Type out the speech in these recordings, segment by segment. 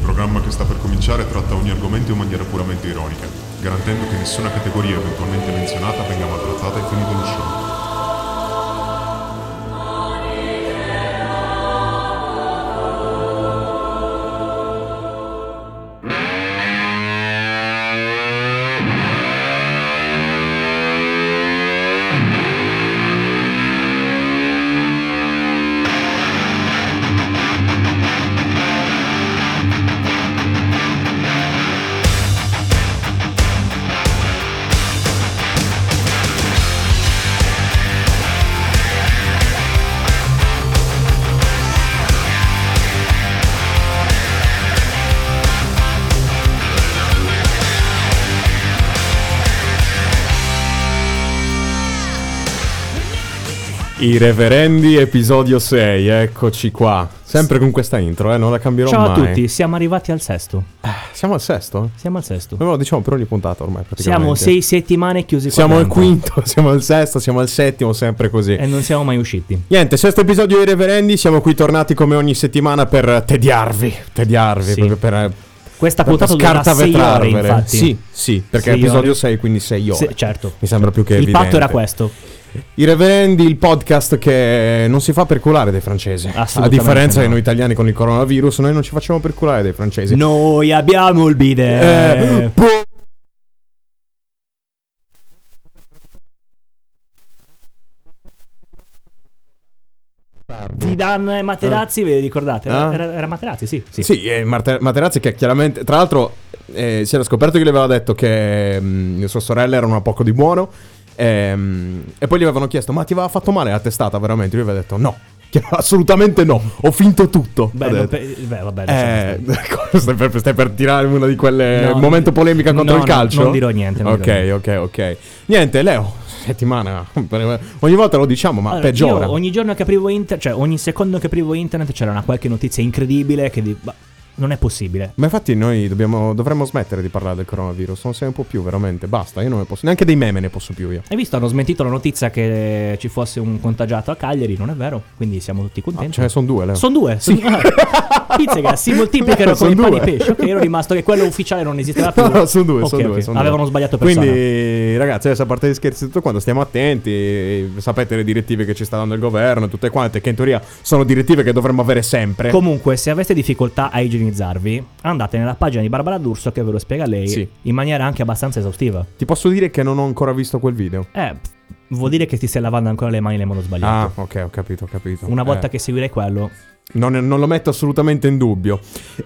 programma che sta per cominciare tratta ogni argomento in maniera puramente ironica, garantendo che nessuna categoria eventualmente menzionata venga maltrattata e finito il show. I reverendi, episodio 6, eccoci qua. Sempre con questa intro, eh, non la cambierò Ciao mai. a tutti, siamo arrivati al sesto. Siamo al sesto? Noi Siamo al sesto. ve lo diciamo per ogni puntata ormai praticamente. Siamo sei settimane chiusi qua Siamo al dentro. quinto, siamo al sesto, siamo al settimo, sempre così. E non siamo mai usciti. Niente, sesto episodio dei reverendi, siamo qui tornati come ogni settimana per tediarvi, tediarvi, Sì. proprio per... eh, Questa per puntata durerà sei ore, scartavetrarvere. infatti. Sì, sì, perché Sei episodio ore. 6, quindi 6 ore. Se- certo. Mi sembra più che Il evidente. patto era questo. I Reverendi, il podcast che non si fa perculare dai francesi. A Assolutamente differenza no. che noi italiani con il coronavirus, noi non ci facciamo perculare dai francesi. Noi abbiamo il bidet. Eh, po- Ti danno eh, Materazzi, ve li ricordate? Era, Ah. era- era Materazzi, sì. sì. Sì, eh, Marte- Materazzi che chiaramente, tra l'altro, eh, si era scoperto che le aveva detto che mm, sua sorella era una poco di buono. ehm, e poi gli avevano chiesto, ma ti aveva fatto male la testata veramente? Lui aveva detto no, che assolutamente no, ho finto tutto. Beh, Ha non detto. pe- beh, vabbè. lasciamo Eh, stare. stai, per, stai per tirare una di quelle No, momento no, polemica contro no, il no, calcio? non dirò niente, non ok, dirò niente. ok, ok. Niente, Leo, settimana. Ogni volta lo diciamo, ma Allora, peggiora. io ogni giorno che aprivo internet, cioè ogni secondo che aprivo internet c'era una qualche notizia incredibile che di- ma non è possibile. Ma infatti noi dobbiamo, dovremmo smettere di parlare del coronavirus, non se ne può più veramente, basta, io non ne posso, neanche dei meme ne posso più io. Hai visto? Hanno smentito la notizia che ci fosse un contagiato a Cagliari, non è vero? Quindi siamo tutti Ah, contenti. ce ne sono due, Leo. Sono due, sono Pizzica, si moltiplicano No, come i son pani due. e pesce. Ok, ero rimasto che quello ufficiale non esisteva più. No, no, sono due, Ok, sono ok, due, sono Avevano due. sbagliato persona. Quindi, ragazzi, adesso a parte gli scherzi e tutto quanto, stiamo attenti. Sapete le direttive che ci sta dando il governo, tutte quante, che in teoria sono direttive che dovremmo avere sempre. Comunque, se aveste difficoltà a igienizzarvi, andate nella pagina di Barbara D'Urso che ve lo spiega lei Sì. in maniera anche abbastanza esaustiva. Ti posso dire che non ho ancora visto quel video. Eh, pff, vuol dire che ti stai lavando ancora le mani nel modo Ah, sbagliato. ok, ho capito, ho capito. Una volta Eh, che seguirei quello, Non, non lo metto assolutamente in dubbio.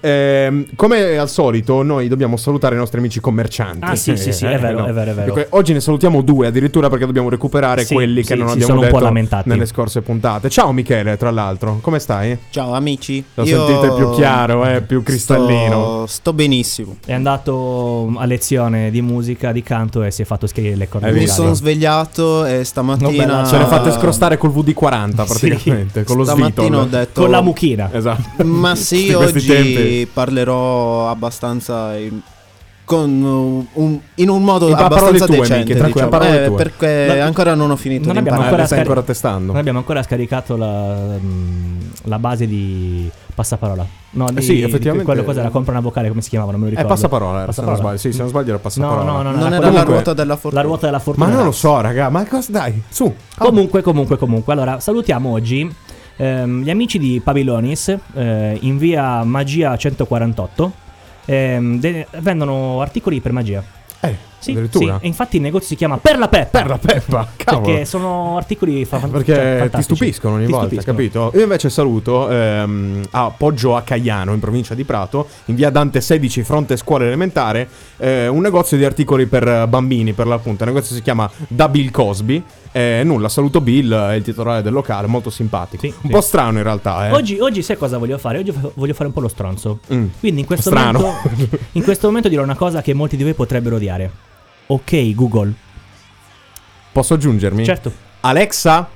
Ehm, come al solito, noi dobbiamo salutare i nostri amici commercianti. Ah, sì, sì, sì, è vero, è vero, è vero. Dico, oggi ne salutiamo due addirittura perché dobbiamo recuperare Sì, quelli che sì, non si abbiamo sono un po' detto lamentati. nelle scorse puntate. Ciao Michele, tra l'altro, come stai? Ciao amici, Lo Io sentite più chiaro, eh, più cristallino. Sto, sto benissimo. è andato a lezione di musica, di canto e si è fatto schiarire le corna Hai Mi vocali. visto? sono svegliato e No, bella, stamattina. eh, Ce le fate scrostare col VD40 praticamente, con lo Stamattina ho svitolo. detto. Con la mucchina. Esatto. Ma sì, Di questi oggi tempi. parlerò abbastanza. in- con uh, un- in un modo In pa- parole abbastanza tue, decente, Mickey, tranquilla, diciamo. parole Eh, tue. perché Ma- ancora non ho finito Non di abbiamo Eh, ancora imparare. le stai scaric- ancora testando. Non abbiamo ancora scaricato la, mm, la base di passaparola. No, di, Eh sì, di effettivamente. quello cosa era compra una vocale, come si chiamava? Non me lo È ricordo. Eh, passaparola, era, se non Passaparola. sbaglio. Sì, se non sbaglio era passaparola. No, no, no, no, Non era era quella- la Comunque- ruota della fortuna. La ruota della fortuna. Ma non lo so, raga, ma cosa dai? Su. Comunque, comunque, comunque. Allora, salutiamo oggi ehm, gli amici di Pavilonis eh, in via Magia 148. Ehm, de- vendono articoli per magia. Eh, Sì, addirittura. sì, e infatti il negozio si chiama Per la Peppa. Per la Peppa, cavolo. Perché Cioè, sono articoli fa- Perché cioè, ti fantastici. stupiscono ogni Ti volta, stupiscono. capito? Io invece saluto ehm, a Poggio a Caiano, in provincia di Prato, in via Dante 16, fronte scuola elementare, eh, un negozio di articoli per eh, bambini, per l'appunto. Il negozio si chiama Da Bill Cosby. Eh, nulla, saluto Bill, è il titolare del locale, molto simpatico. Sì, un sì. po' strano in realtà, eh. Oggi, oggi sai cosa voglio fare? Oggi fa- voglio fare un po' lo stronzo. Mm. Quindi in questo, Strano. momento, in questo momento dirò una cosa che molti di voi potrebbero odiare. Ok, Google. Posso aggiungermi? Certo. Alexa,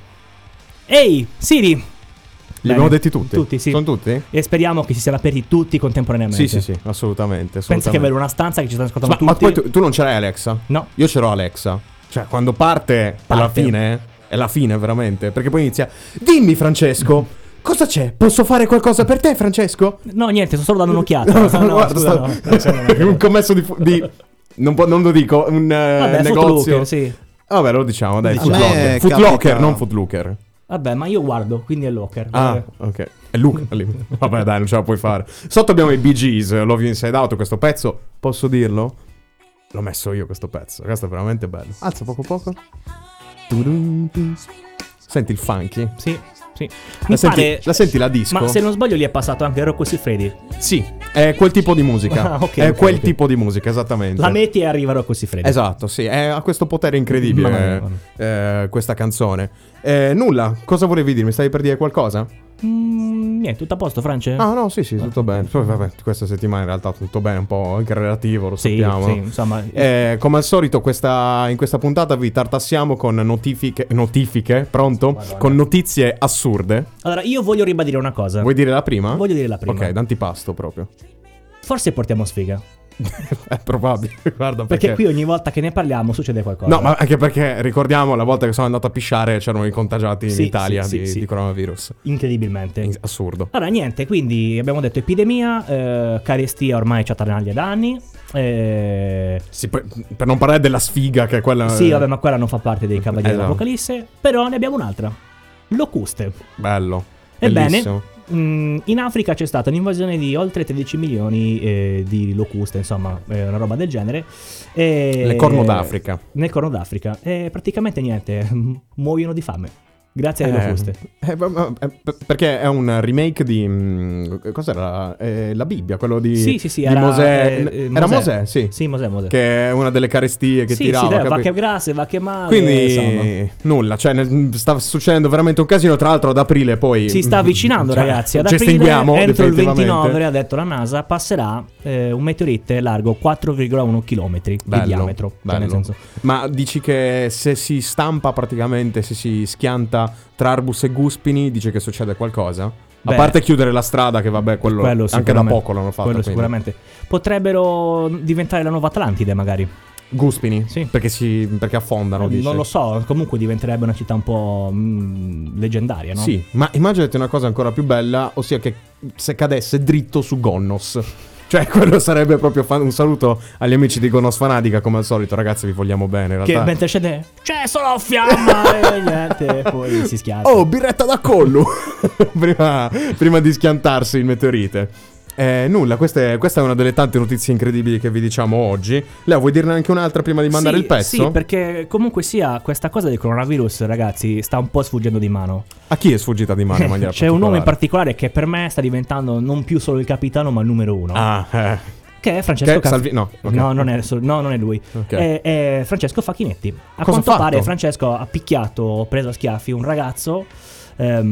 Ehi, Siri! li Bene. abbiamo detti tutti? Tutti, sì. Sono tutti? E speriamo che si siano aperti tutti contemporaneamente. Sì, sì, sì, assolutamente. Pensa che assolutamente. avere una stanza che ci stanno ascoltando Ma, tutti. ma poi tu, tu non ce l'hai Alexa? No. Io ce l'ho Alexa. Cioè, quando parte, alla Parte. fine, è la fine veramente. Perché poi inizia, dimmi Francesco, Cosa c'è? Posso fare qualcosa per te, Francesco? No, niente, sto solo dando un'occhiata. No, No, stavo- no, guarda, eh, scusa, stavo- no. cioè, No, siamo- un commesso di... fu- di- non, po- non lo dico, un eh, Vabbè, negozio. Footlooker, sì. Vabbè, lo diciamo, dai. A Footlocker, me Footlocker capita- non Footlooker. Vabbè, ma io guardo, quindi è Locker. Ah, ok. È Luca lì. Vabbè, dai, non ce la puoi fare. Sotto abbiamo i Bee Gees, Love You Inside Out, questo pezzo. Posso dirlo? L'ho messo io questo pezzo. Questo è veramente bello. Alza poco poco. Tudum, pi. Senti il funky. Sì, sì. La Mi senti pare- la, senti la disco? Esatto. Ma se non sbaglio lì è passato anche Rocco Siffredi. Sì, è quel tipo di musica. Ah, ok, è ok, quel ok. tipo di musica, esattamente. La metti e arriva Rocco Siffredi. Esatto, sì, è- ha questo potere Mamma incredibile mia. eh, questa canzone. Eh, nulla, cosa volevi dirmi? Stavi per dire qualcosa? Mm, niente, tutto a posto, France? Ah no, sì, sì, tutto bene. Poi, vabbè, questa settimana in realtà tutto bene, un po' anche relativo, lo sì, sappiamo. sì, insomma. Eh, come al solito, questa- in questa puntata vi tartassiamo con notifiche, notifiche pronto? Madonna. Con notizie assurde. Allora, io voglio ribadire una cosa. Vuoi dire la prima? Voglio dire la prima. Ok, d'antipasto proprio. Forse portiamo sfiga. È probabile, guarda Perché perché. qui ogni volta che ne parliamo succede qualcosa. No, ma anche perché ricordiamo la volta che sono andato a pisciare c'erano i contagiati Sì, in Italia sì, di, sì, sì. di coronavirus. Incredibilmente. È assurdo. Allora, niente, quindi abbiamo detto epidemia, eh, carestia ormai ci attanaglia da anni. eh, Sì, per, per non parlare della sfiga che è quella... Sì, vabbè, ma quella non fa parte dei Cavalieri Eh, no. dell'Apocalisse. Però ne abbiamo un'altra. Locuste. Bello. Ebbene, Bellissimo. mh, in Africa c'è stata un'invasione di oltre 13 milioni eh, di locuste, insomma, eh, una roba del genere. E- Le corno d'Africa. Nel Corno d'Africa. E praticamente niente, muoiono di fame. Grazie alle Eh, locuste. eh, ma- ma- eh, per- perché è un remake di. mh, cos'era? Eh, la Bibbia, quello di. Sì, sì, sì, di era, Mosè. eh, N- eh, Era Mosè. Mosè, sì. Sì, Mosè, Mosè. Che è una delle carestie che sì, tirava. sì, dai, va capi- che grazie, va che male. insomma. Quindi nulla, cioè nel- sta succedendo veramente un casino. Tra l'altro ad aprile poi Si sta avvicinando, Cioè, ragazzi. Ad ci aprile, estinguiamo entro il definitivamente. 29, ha detto la NASA, passerà eh, un meteorite largo 4,1 km di Bello, diametro. Cioè, nel bello. senso- Ma dici che se si stampa praticamente, se si schianta tra Arbus e Guspini, dice che succede qualcosa? Beh. A parte chiudere la strada, che vabbè, quello, Quello anche da sicuramente. poco l'hanno fatto. Quello quindi. sicuramente. Potrebbero diventare la nuova Atlantide, magari. Guspini? Sì. Eh, Perché, si, perché affondano, dici? Non lo so, comunque diventerebbe una città un po' mm, leggendaria, no? Sì, ma immaginate una cosa ancora più bella, ossia che se cadesse dritto su Gonnos. Cioè, quello sarebbe proprio fan- un saluto agli amici di Gonnos Fanadica, come al solito, ragazzi, vi vogliamo bene. In Che realtà. mentre scende c'è solo fiamma e niente, poi si schiaccia. Oh, birretta da collo! prima, prima di schiantarsi il meteorite. Eh, nulla, questa è, questa è una delle tante notizie incredibili che vi diciamo oggi. Leo, vuoi dirne anche un'altra prima di mandare Sì, il pezzo? Sì, perché comunque sia questa cosa del coronavirus, ragazzi, sta un po' sfuggendo di mano. A chi è sfuggita di mano in maniera C'è un uomo in particolare? particolare che per me sta diventando non più solo il capitano, ma il numero uno. Ah, Che è Francesco eh. Che, Ca- Salvi- no, ok. No, non è, sol- no, non è lui. Ok. È, è Francesco Facchinetti. A Cosa ha quanto fatto? pare, Francesco ha picchiato, o preso a schiaffi un ragazzo ehm,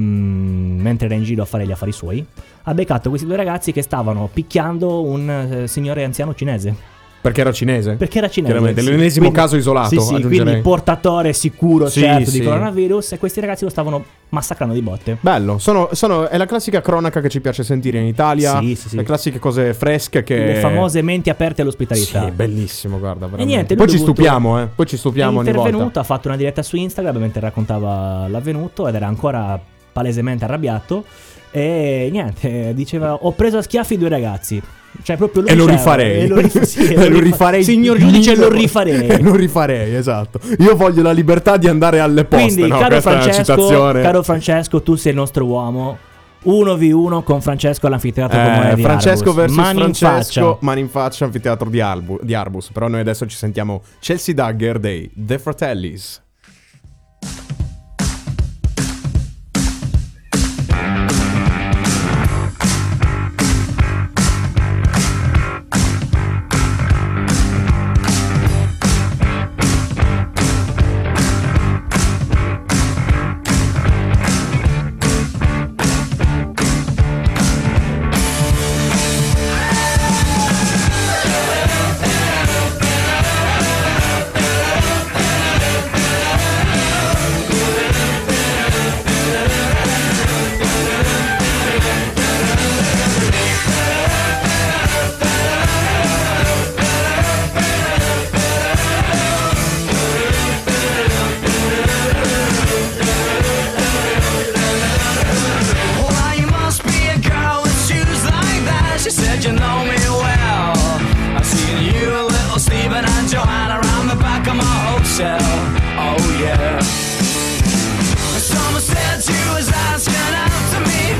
mentre era in giro a fare gli affari suoi. Ha beccato questi due ragazzi che stavano picchiando un eh, signore anziano cinese. Perché era cinese? Perché era cinese. Chiaramente, sì. l'ennesimo caso isolato, Sì, sì, aggiungerei. quindi portatore sicuro, Sì, certo, sì. di coronavirus. E questi ragazzi lo stavano massacrando di botte. Bello, sono, sono- è la classica cronaca che ci piace sentire in Italia. Sì, sì, sì. Le classiche cose fresche che... Le famose menti aperte Sì, all'ospitalità. bellissimo, guarda. veramente. niente, lui Poi ci ha dovuto- stupiamo, eh. Poi ci stupiamo è ogni intervenuto, volta. ha fatto una diretta su Instagram mentre raccontava l'avvenuto ed era ancora palesemente arrabbiato e niente, diceva ho preso a schiaffi due ragazzi. Cioè proprio lui E lo diceva, rifarei. E lo, rif- sì, e E lo lo rifa- rifarei. Signor giudice, mille lo volte. rifarei. E lo rifarei, esatto. Io voglio la libertà di andare alle poste. Quindi, no? caro, Questa è una Francesco, citazione. caro Francesco, tu sei il nostro uomo. 1v1 con Francesco all'anfiteatro comunale Eh, di Francesco Arbus. versus Mani in Francesco, faccia. mani in faccia, anfiteatro di, Albu- di Arbus. Però noi adesso ci sentiamo Chelsea Dagger dei The Fratellis. Thank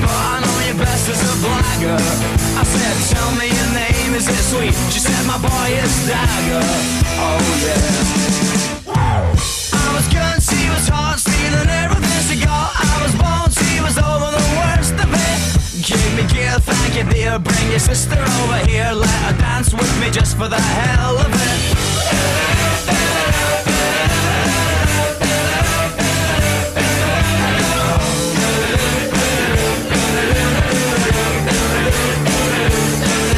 Oh, pictures of Blagger. I said, tell me your name, is it sweet? She said, my boy is Dagger. Oh yeah. I was good, she was hot, stealing everything she got. I was born, she was over the worst of it. Give me gear, thank you dear, bring your sister over here. Let her dance with me just for the hell of it.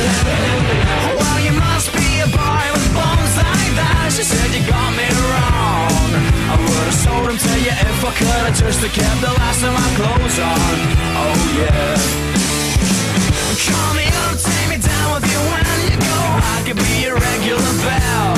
Well, you must be a boy with bones like that. She said you got me wrong. I would have sold him to you if I could have just have kept the last of my clothes on. Oh yeah. Call me up, take me down with you when you go. I could be your regular belle.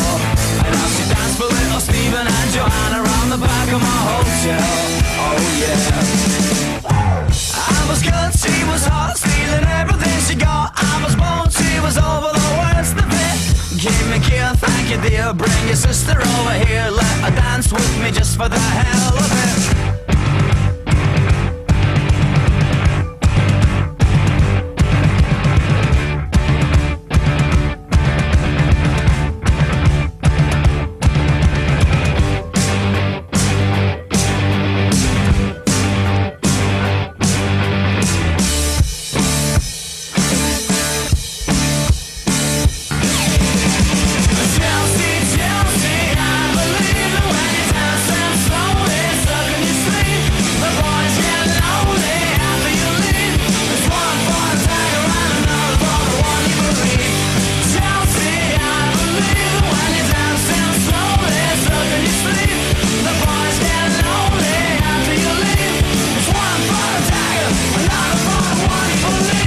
And I'll see dance for little Stephen and Joanna around the back of my hotel. Oh yeah. I was good, she was hot, stealing everything she got. I was born, she was over the worst of it. Give me a kill, thank you dear, bring your sister over here. Let her dance with me just for the hell of it. Chelsea, Chelsea, I believe that when you dance and slowly stuck in your sleep, the boys get lonely after you leave. There's one for the tiger and another for the one you believe. Chelsea, I believe that when you dance and slowly stuck in your sleep, the boys get lonely after you leave. There's one for the tiger, another for the one you believe.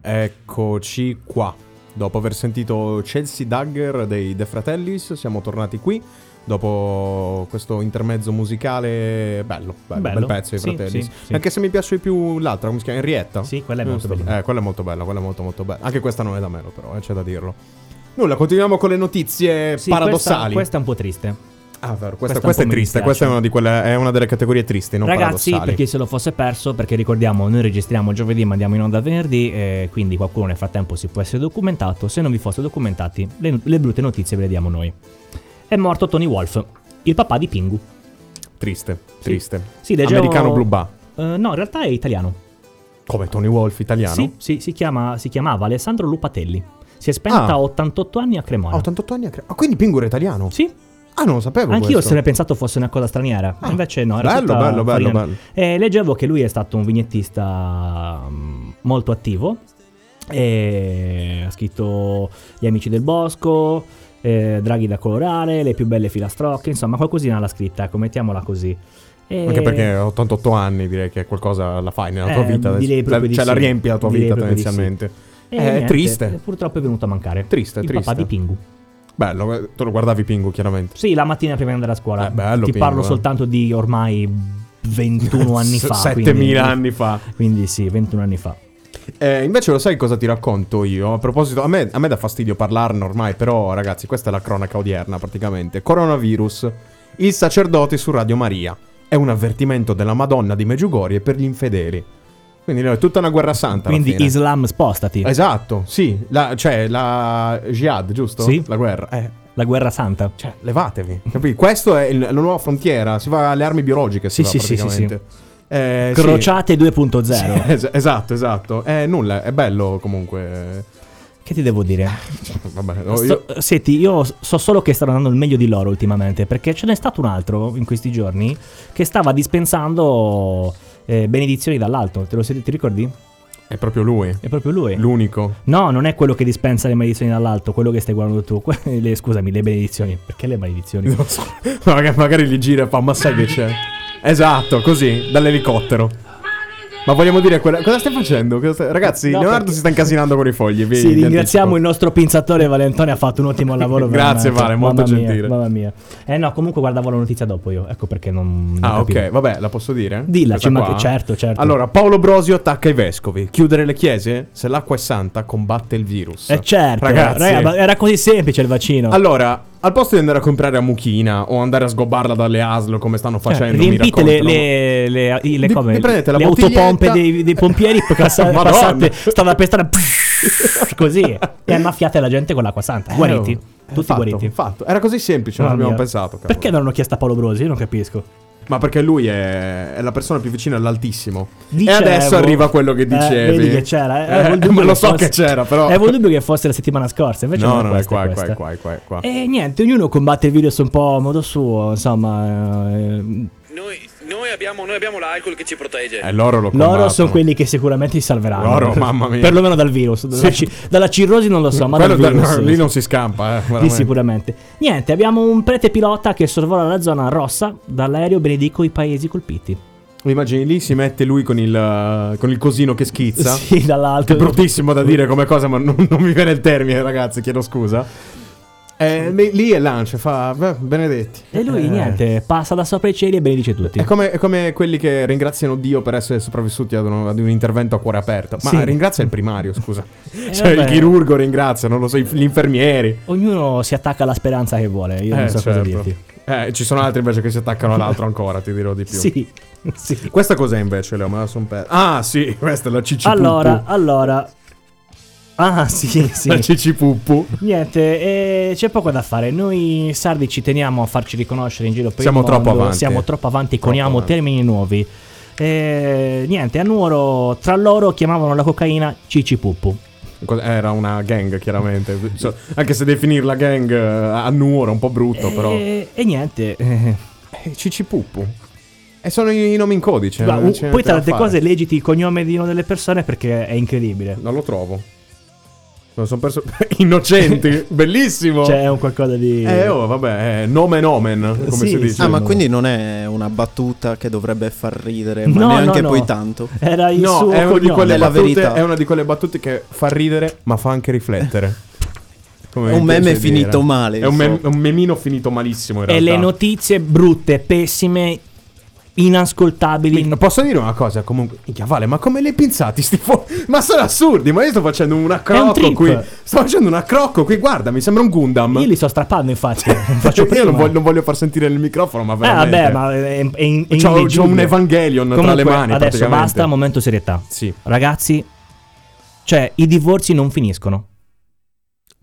Eccoci qua. Dopo aver sentito Chelsea Dagger dei De Fratellis, siamo tornati qui. Dopo questo intermezzo musicale, bello, bello, Bello. bel pezzo dei Sì, Fratellis. sì, sì. Anche se mi piace di più l'altra, come si chiama? Henrietta? Sì, quella è Non molto so- bella. Eh, quella è molto bella, quella è molto molto bella. Anche questa non è da meno, però, eh, c'è da dirlo. Nulla, continuiamo con le notizie Sì, paradossali. Questa, questa è un po' triste. Ah, vero, questa, questa questa è un po' mi triste, dispiace. questa è una, di quelle- è una delle categorie tristi, non Ragazzi, paradossali. per chi se lo fosse perso, perché ricordiamo, noi registriamo giovedì, ma andiamo in onda venerdì, eh, quindi qualcuno nel frattempo si può essere documentato. Se non vi foste documentati, le, le brutte notizie ve le diamo noi. È morto Tony Wolf, il papà di Pingu. Triste, triste. Sì, leggevo- Americano blu ba. Eh, no, in realtà è italiano. Come Tony Wolf italiano? Sì, sì, si, chiama- si chiamava Alessandro Lupatelli. Si è spento Ah. a 88 anni a Ah, Cremona. 88 anni a cre- Ah, quindi Pingu era italiano? Sì, Ah, non lo sapevo anch'io questo. Ah, sarei pensato fosse una cosa straniera. Invece no, era bello, tutta bello, bello, farina. bello. Eh, leggevo che lui è stato un vignettista mm, molto attivo. E ha scritto Gli amici del bosco, eh, Draghi da colorare, Le più belle filastrocche. Insomma, qualcosina l'ha scritta, ecco, mettiamola così. E- Anche perché 88 anni direi che qualcosa la fai nella tua Eh, vita. adesso. direi proprio La- di cioè, la sì. riempi la tua Direi vita proprio di tendenzialmente. e è niente, triste. Purtroppo è venuto a mancare. Triste, Il triste. papà di Pingu. Bello, eh, tu lo guardavi Pingu chiaramente. Sì, la mattina prima di andare a scuola. Eh, bello, Ti Pingu, parlo eh. soltanto di ormai 21 anni fa. 7000 quindi- anni fa. Quindi sì, 21 anni fa. Eh, invece lo sai cosa ti racconto io? A proposito, a me, a me dà fastidio parlarne ormai, però ragazzi, questa è la cronaca odierna praticamente. Coronavirus. Il sacerdote su Radio Maria. È un avvertimento della Madonna di Meggiugorie per gli infedeli. Quindi no, è tutta una guerra santa. alla Quindi fine. Islam spostati. Esatto, sì. La, cioè, la jihad, giusto? Sì. La guerra. Eh, La guerra santa. cioè, levatevi. Capì? Questo è il- la nuova frontiera. Si va alle armi biologiche. si Sì, sì, va, sì, sì, praticamente. Eh, sì. Crociate 2.0. Sì, es- esatto, esatto. Eh, nulla, è bello comunque. Che ti devo dire? Vabbè, no, io- Sto- eh, Senti, io so solo che stanno andando il meglio di loro ultimamente, perché ce n'è stato un altro in questi giorni che stava dispensando eh, benedizioni dall'alto. Te lo sei- ti ricordi? è proprio lui. È proprio lui. L'unico. No, non è quello che dispensa le maledizioni dall'alto, quello che stai guardando tu. Que- le- scusami, le benedizioni. Perché le maledizioni? Non so. Magari, magari gli gira e fa, ma sai che c'è? Esatto, così, dall'elicottero. Holiday, Ma vogliamo dire quella... cosa stai facendo? Cosa stai- Ragazzi, No, Leonardo perché- si sta incasinando con i fogli. vi- Sì, vi ringraziamo anticipo. il nostro pinzatore Valentone, ha fatto un ottimo lavoro. Grazie, veramente. Vale, molto Mamma mia, gentile. mamma mia. Eh no, comunque guardavo la notizia dopo io, ecco perché non... non Ah, capivo. ok, vabbè, la posso dire? Dilla, Questa ci qua? manca- certo, certo. Allora, Paolo Brosio attacca i vescovi. Chiudere le chiese? Se l'acqua è santa, combatte il virus. Eh certo, Ragazzi. raga, ma era così semplice il vaccino. Allora, al posto di andare a comprare a Muchina o andare a sgobbarla dalle ASL come stanno Cioè, facendo, mi riempite le, raccontano- le, le, i- le Vi- come- vi prendete la le bottiglietta- autopompe dei, dei pompieri passate, Madonna. passate strada per strada così e annaffiate la gente con l'acqua santa Eh, oh, guariti eh, tutti fatto, guariti fatto. Era così semplice, non Mamma abbiamo mia. pensato. cavolo. perché non hanno chiesto a Paolo Brosi io non capisco Ma perché lui è, è la persona più vicina all'altissimo. Dicevo- e adesso arriva quello che Eh, dicevi. vedi che c'era eh, Eh, avevo il dubbio ma che lo so fosse- che c'era, però. avevo il dubbio che fosse la settimana scorsa invece no, non no, è è questa, qua, è è qua, questa. è qua, è qua, è qua. e niente ognuno combatte il virus un po' a modo suo insomma eh, Noi, noi abbiamo, noi abbiamo l'alcol che ci protegge. Eh, loro lo Loro combattono. sono quelli che sicuramente si salveranno. Loro, mamma mia. Perlomeno dal virus. Dalla, ci- dalla cirrosi non lo so, ma Quello dal da- no, virus. sì. lì non si scampa, eh. Lì veramente. sicuramente. Niente, abbiamo un prete pilota che sorvola la zona rossa. Dall'aereo benedico i paesi colpiti. Immagini lì si mette lui con il, eh, con il cosino che schizza. Sì, Che dall'alto. è bruttissimo da dire come cosa, ma non, non mi viene il termine, ragazzi, chiedo scusa. Eh, lì- Lì è lancia, fa "Beh, benedetti. E lui, Eh. niente, passa da sopra i cieli e benedice tutti. È come, è come quelli che ringraziano Dio per essere sopravvissuti ad, uno- ad un intervento a cuore aperto. Ma Sì. Eh, ringrazia il primario, scusa. cioè, il vabbè. chirurgo ringrazia, non lo so, i- gli infermieri. Ognuno si attacca alla speranza che vuole. Io non Eh, so cosa certo. dirti. Eh, ci sono altri invece che si attaccano all'altro ancora, ti dirò di più. Sì, sì. Questa cos'è invece, Leo? Me la son persa. Ah, sì, questa è la cicipuppu. Allora, allora. Ah, sì, sì. La cicipuppu. Niente, eh, c'è poco da fare. Noi sardi ci teniamo a farci riconoscere in giro per Siamo il mondo. troppo avanti. Siamo troppo avanti, Troppo coniamo avanti. termini nuovi. Eh, niente, a Nuoro tra loro chiamavano la cocaina Cicipuppu. Cos- Era una gang, chiaramente. So- anche se definirla gang eh, a nuoro è un po' brutto, però. E, e niente. eh, Eh, Cicipuppu. E sono i, i nomi in codice. guarda, non u- c'è niente poi tra da le altre fare. cose legiti il cognome di una delle persone perché è incredibile. Non lo trovo. Non sono perso. Innocenti, bellissimo. C'è Cioè, un qualcosa di... Eh, oh, vabbè, eh, nomen omen, come si Sì, sì. dice. Ah, ma quindi non è una battuta che dovrebbe far ridere, Eh, ma No, no, neanche no. poi tanto. Eh, Era il No, suo è una, di cognome. quelle È la battute, verità. è una di quelle battute che fa ridere, ma fa anche riflettere. Come È un mi meme piace dire. finito male, È un, insomma. mem- un memino finito malissimo, in E realtà. le notizie brutte, pessime, inascoltabili, Mi- Posso dire una cosa? Comunque, minchia, vale, ma come le pinzati sti fo- Ma sono assurdi, ma io sto facendo una crocco trip. qui. Sto facendo una crocco qui, guarda, mi sembra un Gundam. Io li sto strappando, infatti. Faccio Io prima. non voglio, non voglio far sentire il microfono, ma Eh, veramente. vabbè, ma è, è, è C'ho- c'ho ineleggibile. un Evangelion tra le Comunque, mani, Adesso praticamente. basta, momento serietà. Sì. Ragazzi, cioè, i divorzi non finiscono.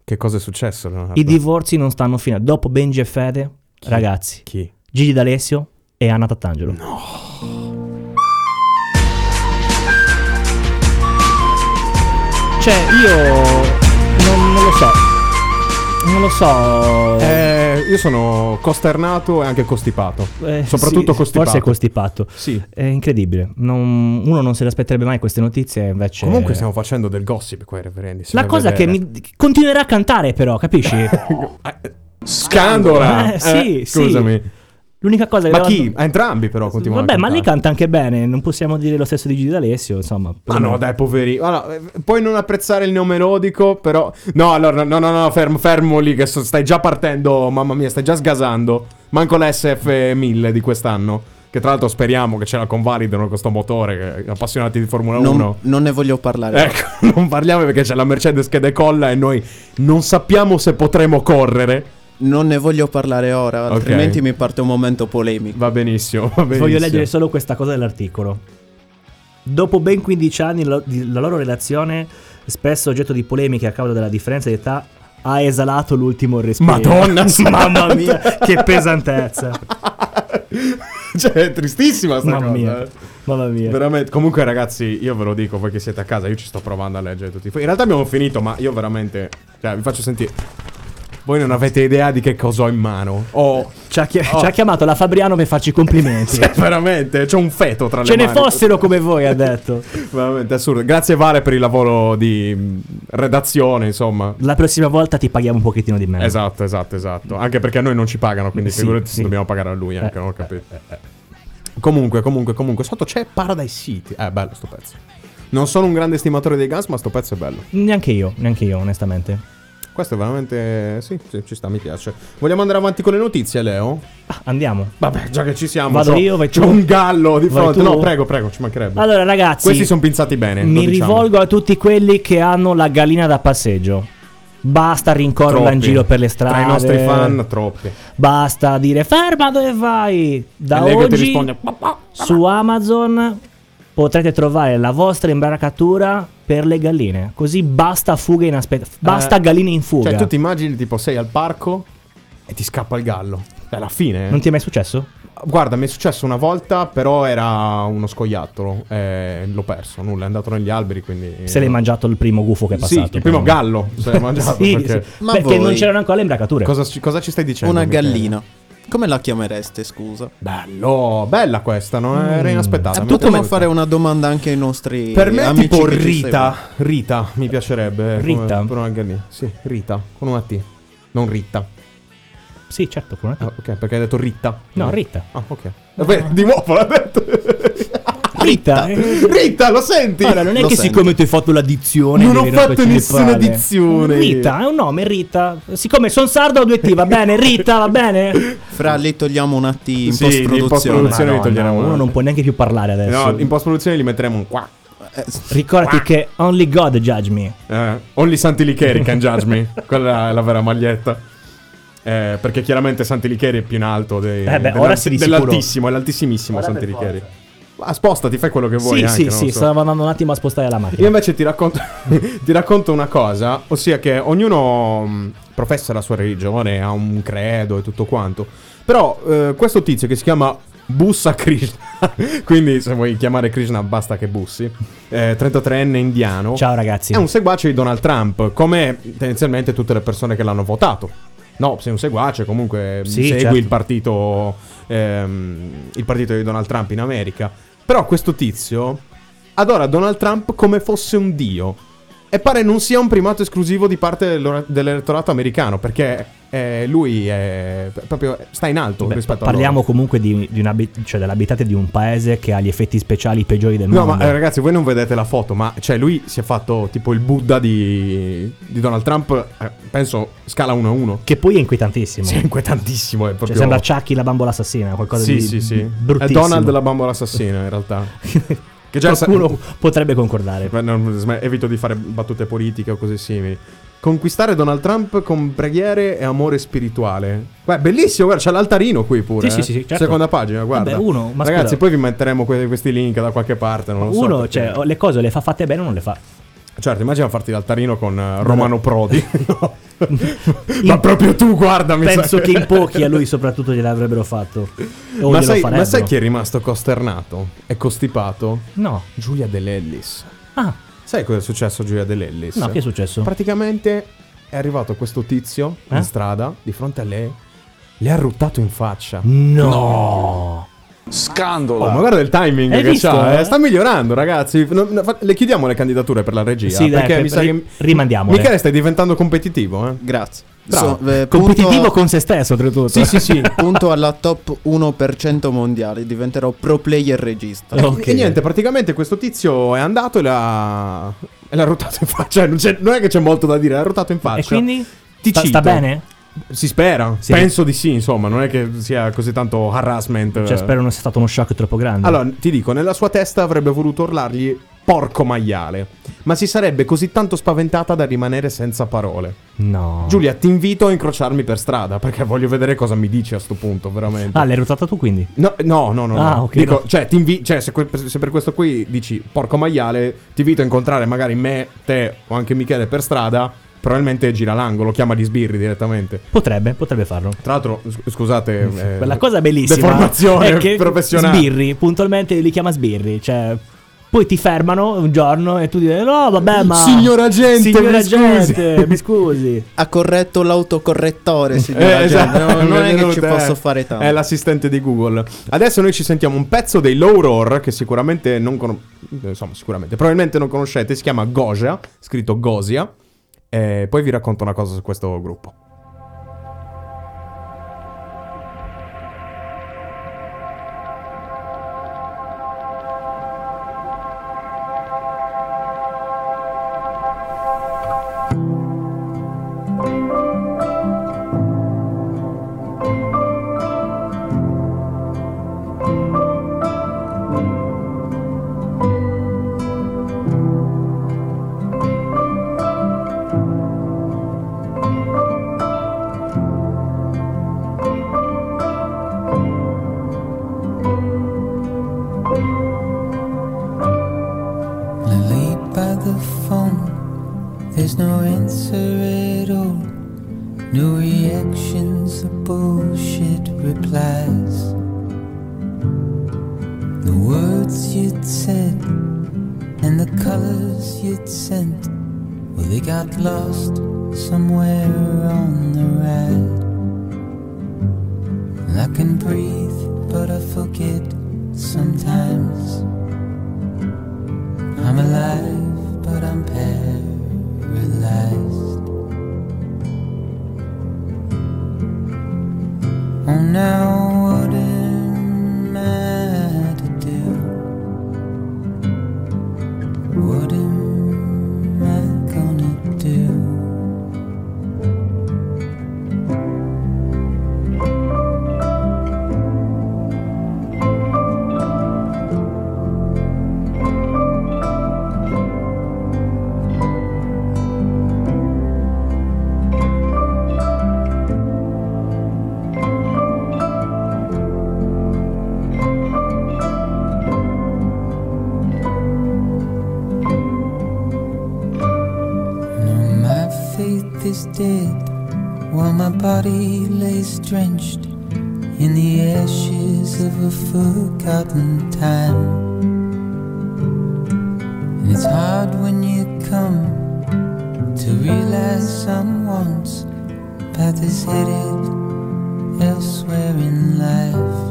Che cosa è successo? Leonardo? I divorzi non stanno finendo. Dopo Benji e Fede, ragazzi, Chi? Gigi D'Alessio e Anna Tattangelo. Cioè, io non, non lo so. Non lo so. Eh, io sono costernato e anche costipato. Eh, Soprattutto sì, costipato. Forse è costipato. Sì. È incredibile. Non- uno non se le aspetterebbe mai queste notizie, invece. Comunque stiamo facendo del gossip qua, i reverendi. si La deve cosa che vedere. mi. Continuerà a cantare, però, capisci? Eh, Scandola! Eh, sì, sì. Scusami. L'unica cosa che. Ma chi? A entrambi però continuano Vabbè, a ma lei cantare. canta anche bene. Non possiamo dire lo stesso di Gigi D'Alessio, insomma. Ma no, dai, poveri. Allora, eh, puoi non apprezzare il neomelodico, però. No, allora, no, no, no, fermo, fermo lì, che so- stai già partendo. Mamma mia, stai già sgasando. Manco la SF1000 di quest'anno. Che tra l'altro speriamo che ce la convalidano questo motore. Che appassionati di Formula Non, 1. non ne voglio parlare. Ecco, non parliamo perché c'è la Mercedes che decolla e noi non sappiamo se potremo correre. Non ne voglio parlare ora, altrimenti mi parte un momento polemico. Va benissimo, va benissimo. Voglio leggere solo questa cosa dell'articolo. Dopo ben 15 anni la, di- la loro relazione, spesso oggetto di polemiche a causa della differenza di età, ha esalato l'ultimo respiro. Madonna Mamma santa! mia, che pesantezza. Cioè, è tristissima sta Mamma cosa. mia. eh. Mamma mia. Veramente, comunque ragazzi, io ve lo dico, voi che siete a casa, io ci sto provando a leggere tutti. In realtà abbiamo finito, ma io veramente, cioè, vi faccio sentire. Voi non avete idea di che cosa ho in mano. Ho Ci ha, chi- Oh. ci ha chiamato la Fabriano per farci i complimenti. cioè, veramente, c'ho un feto tra Ce le ne mani. fossero come voi, ha detto. Veramente assurdo. Grazie Vare per il lavoro di mh, redazione, insomma. La prossima volta ti paghiamo un pochettino di meno. Esatto, esatto, esatto. Anche perché a noi non ci pagano, quindi Eh. Sì, Eh. figurati se sì. dobbiamo pagare a lui, anche, Eh, non ho capito. Comunque, comunque, comunque, sotto c'è Paradise City. Eh, bello sto pezzo. Non sono un grande estimatore dei Guns, ma sto pezzo è bello. Neanche io, neanche io, onestamente. Questo è veramente. Sì, sì, ci sta, mi piace. Vogliamo andare avanti con le notizie, Leo? Ah, andiamo. Vabbè, già che ci siamo. Vado c'ho- io, vai tu. C'ho un gallo di Vai fronte. tu. No, prego, prego, ci mancherebbe. Allora, ragazzi, Questi sono pinzati bene. mi lo diciamo. rivolgo a tutti quelli che hanno la gallina da passeggio. Basta rincorrerla Troppi. in giro per le strade. Tra i nostri fan, troppi. Basta dire ferma dove vai. Da E lei che ti oggi risponde, "Ma- ma- su Amazon potrete trovare la vostra imbarcatura per le galline. Così basta fuga inaspetta. Basta Eh, galline in fuga. Cioè, tu ti immagini, tipo, sei al parco e ti scappa il gallo. Cioè, alla fine. eh. Non ti è mai successo? Guarda, mi è successo una volta, però era uno scoiattolo. eh, l'ho perso, nulla, è andato negli alberi, quindi. eh. Se l'hai mangiato il primo gufo che è Sì, passato. il primo però. gallo. Se l'hai mangiato. Sì, perché- sì. Ma Perché non voi- c'erano ancora le imbracature. Cosa, ci- cosa ci stai dicendo? Una Michele? Ah, gallina. Come la chiamereste, scusa? Bello, bella questa, no? Mm. Era inaspettata. mi è Potremmo piaciuta. fare una domanda anche ai nostri Per me amici tipo che ci Rita. Rita, mi piacerebbe. eh, come- Rita? per una gallina. Sì, Rita, con una T. Non Ritta. Sì, certo. come- Ah, ok, perché hai detto Ritta. No, Ritta. Ah, ok. Vabbè, di nuovo l'ha detto. Ritta. eh. Ritta, lo senti? Allora, non è Lo che sento. siccome tu hai fatto l'addizione, Non ho devi romperci fatto le nessuna palle. dizione. Rita è un nome, Rita. Siccome sono sardo, ho due T, va bene? Rita, va bene? segue. Fra lì togliamo un attimo in Sì, in post-produzione. post-produzione. Se ne Madonna, toglieremo uno una. non può neanche più parlare adesso. No, in post-produzione gli metteremo un qua. Eh, s- Ricordati che only God judge me. Eh, only Santi Licheri can judge me. Quella è la vera maglietta. Eh, perché chiaramente Santi Licheri è più in alto dei, Eh beh, dell'al- ora sì, di sicuro. dell'altissimo, è l'altissimissimo Santi Licheri. Ma spostati, fai quello che vuoi. sì, anche, sì, non sì, so. stavo andando un attimo a spostare la macchina. Io invece ti racconto, ti racconto una cosa, ossia che ognuno mh, professa la sua religione, ha un credo e tutto quanto. Però eh, questo tizio che si chiama Bussa Krishna, quindi se vuoi chiamare Krishna basta che bussi, eh, 33enne indiano. Ciao ragazzi. È un seguace di Donald Trump, come tendenzialmente tutte le persone che l'hanno votato. No, sei un seguace, comunque Sì, segui certo. il, partito, ehm, il partito di Donald Trump in America. Però questo tizio adora Donald Trump come fosse un dio. E pare non sia un primato esclusivo di parte dell'ora- dell'elettorato americano, perché eh, lui è proprio sta in alto Beh, rispetto a loro. parliamo comunque di, di un abi- cioè dell'abitante di un paese che ha gli effetti speciali peggiori del No, mondo. ma eh, ragazzi, voi non vedete la foto, ma cioè lui si è fatto tipo il Buddha di, di Donald Trump, eh, penso scala 1 a 1. Che poi è inquietantissimo. Sì, è inquietantissimo, è Cioè, proprio sembra Chucky la bambola assassina, qualcosa Sì, di sì, sì. È bruttissimo. Donald la bambola assassina in realtà. che già sa- Qualcuno potrebbe concordare. Beh, non- sm- evito di fare battute politiche o cose simili. Conquistare Donald Trump con preghiere e amore spirituale. Beh, bellissimo, guarda, c'è l'altarino qui pure. Sì, eh. sì, sì, sì, certo. Seconda pagina, guarda. Vabbè, uno, ma Ragazzi, scusa. poi vi metteremo que- questi link da qualche parte, non lo so. Uno, perché- cioè, le cose le fa fatte bene o non le fa. Certo, immagina farti l'altarino con eh, Romano Prodi. No. Ma proprio tu, guarda, mi sa Penso che in pochi a lui soprattutto gliel'avrebbero fatto. O Ma glielo sai, ma farebbero. sai chi è rimasto costernato e costipato? No. Giulia De Lellis. Ah, Sai cosa è successo a Giulia De Lellis? no, che è successo? Praticamente è arrivato questo tizio Eh? in strada di fronte a lei, le ha ruttato in faccia. No. Oh, ma guarda il timing Hai che visto, c'ha, eh? eh? sta migliorando, ragazzi. No, no, fa- le chiudiamo le candidature per la regia. Sì, dai, perché per- mi sa ri- che. rimandiamole. Michele, stai diventando competitivo, eh? Grazie. Bravo. eh, Competitivo punto- con se stesso, oltretutto. Sì, sì, sì. punto alla top 1% mondiale. Diventerò pro player regista. Oh. Ok. E niente, praticamente questo tizio è andato e l'ha. E l'ha ruttato in faccia. Cioè, non, c'è- non è che c'è molto da dire, l'ha ruttato in faccia. E quindi? Ti sta, sta cito. bene? Si spera. Sì. Penso di sì, insomma, non è che sia così tanto harassment. Cioè, spero non sia stato uno shock troppo grande. Eh. Allora, ti dico, nella sua testa avrebbe voluto urlargli porco maiale, ma si sarebbe così tanto spaventata da rimanere senza parole. no. Giulia, ti invito a incrociarmi per strada, perché voglio vedere cosa mi dici a sto punto, veramente. Ah, l'hai ruotata tu quindi? No, no, no, no. Ah, no. ok, Dico, no. cioè, ti invi- cioè, se, que- se per questo qui dici porco maiale, ti invito a incontrare magari me, te o anche Michele per strada, probabilmente gira l'angolo, chiama gli sbirri direttamente. Potrebbe, potrebbe farlo. Tra l'altro, s- scusate, eh, La cosa bellissima deformazione è che professionale. Sbirri, puntualmente li chiama sbirri, cioè poi ti fermano un giorno e tu dici "No, vabbè, ma Signora gente, Signora mi scusi." gente, mi scusi. Ha corretto l'autocorrettore, Eh, signora esatto, gente. No, cioè, non, è che venuto, ci eh. posso fare tanto. È l'assistente di Google. Adesso noi ci sentiamo un pezzo dei Low Roar che sicuramente non cono- eh, insomma, sicuramente, probabilmente non conoscete, si chiama Gosia, scritto Gosia. E poi vi racconto una cosa su questo gruppo. Thank answer at all. No reactions or bullshit replies. The words you'd said and the colors you'd sent, well, they got lost somewhere on the ride. And I can breathe, but I forget sometimes. I'm alive, but I'm paralyzed. Oh, now what am I to do? What am I gonna do? My faith is dead while my body lays drenched in the ashes of a forgotten time. And it's hard when you come to realize someone's path is headed elsewhere in life.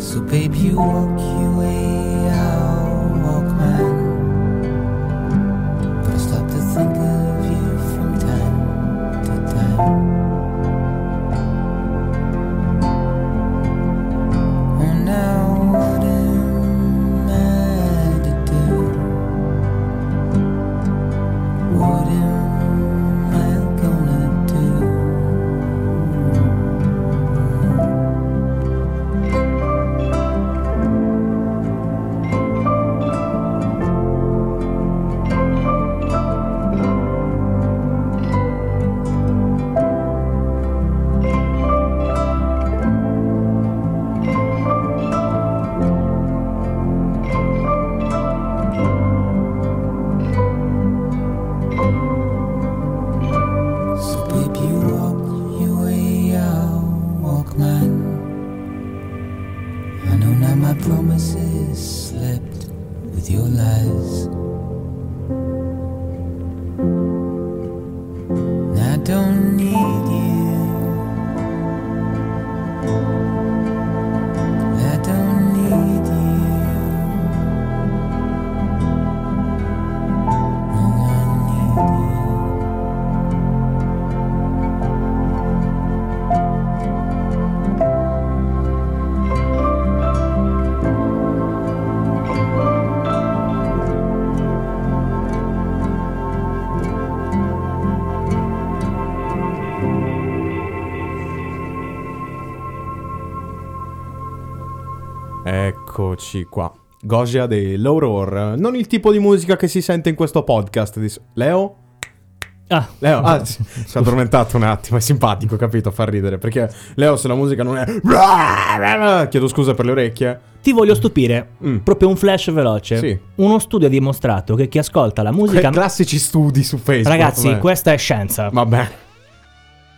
So, babe, you walk your way, I'll walk mine. But I stop to think of you from time to time. Oh, now what am I to do? What am I gonna do? So babe, you walk your way, I'll walk mine. I know now my promises slept with your lies. And I don't need you. I don't need you. No, I need you. Eccoci qua. Goggia dell'Aurora. Non il tipo di musica che si sente in questo podcast. di s- Leo? Ah, Leo, ah, si si è addormentato un attimo, è simpatico, capito? Fa ridere, perché Leo se la musica non è... Chiedo scusa per le orecchie. ti voglio stupire. Mm. Proprio un flash veloce. Sì. Uno studio ha dimostrato che chi ascolta la musica. Que- classici studi su Facebook. Ragazzi, vabbè. questa è scienza. Vabbè,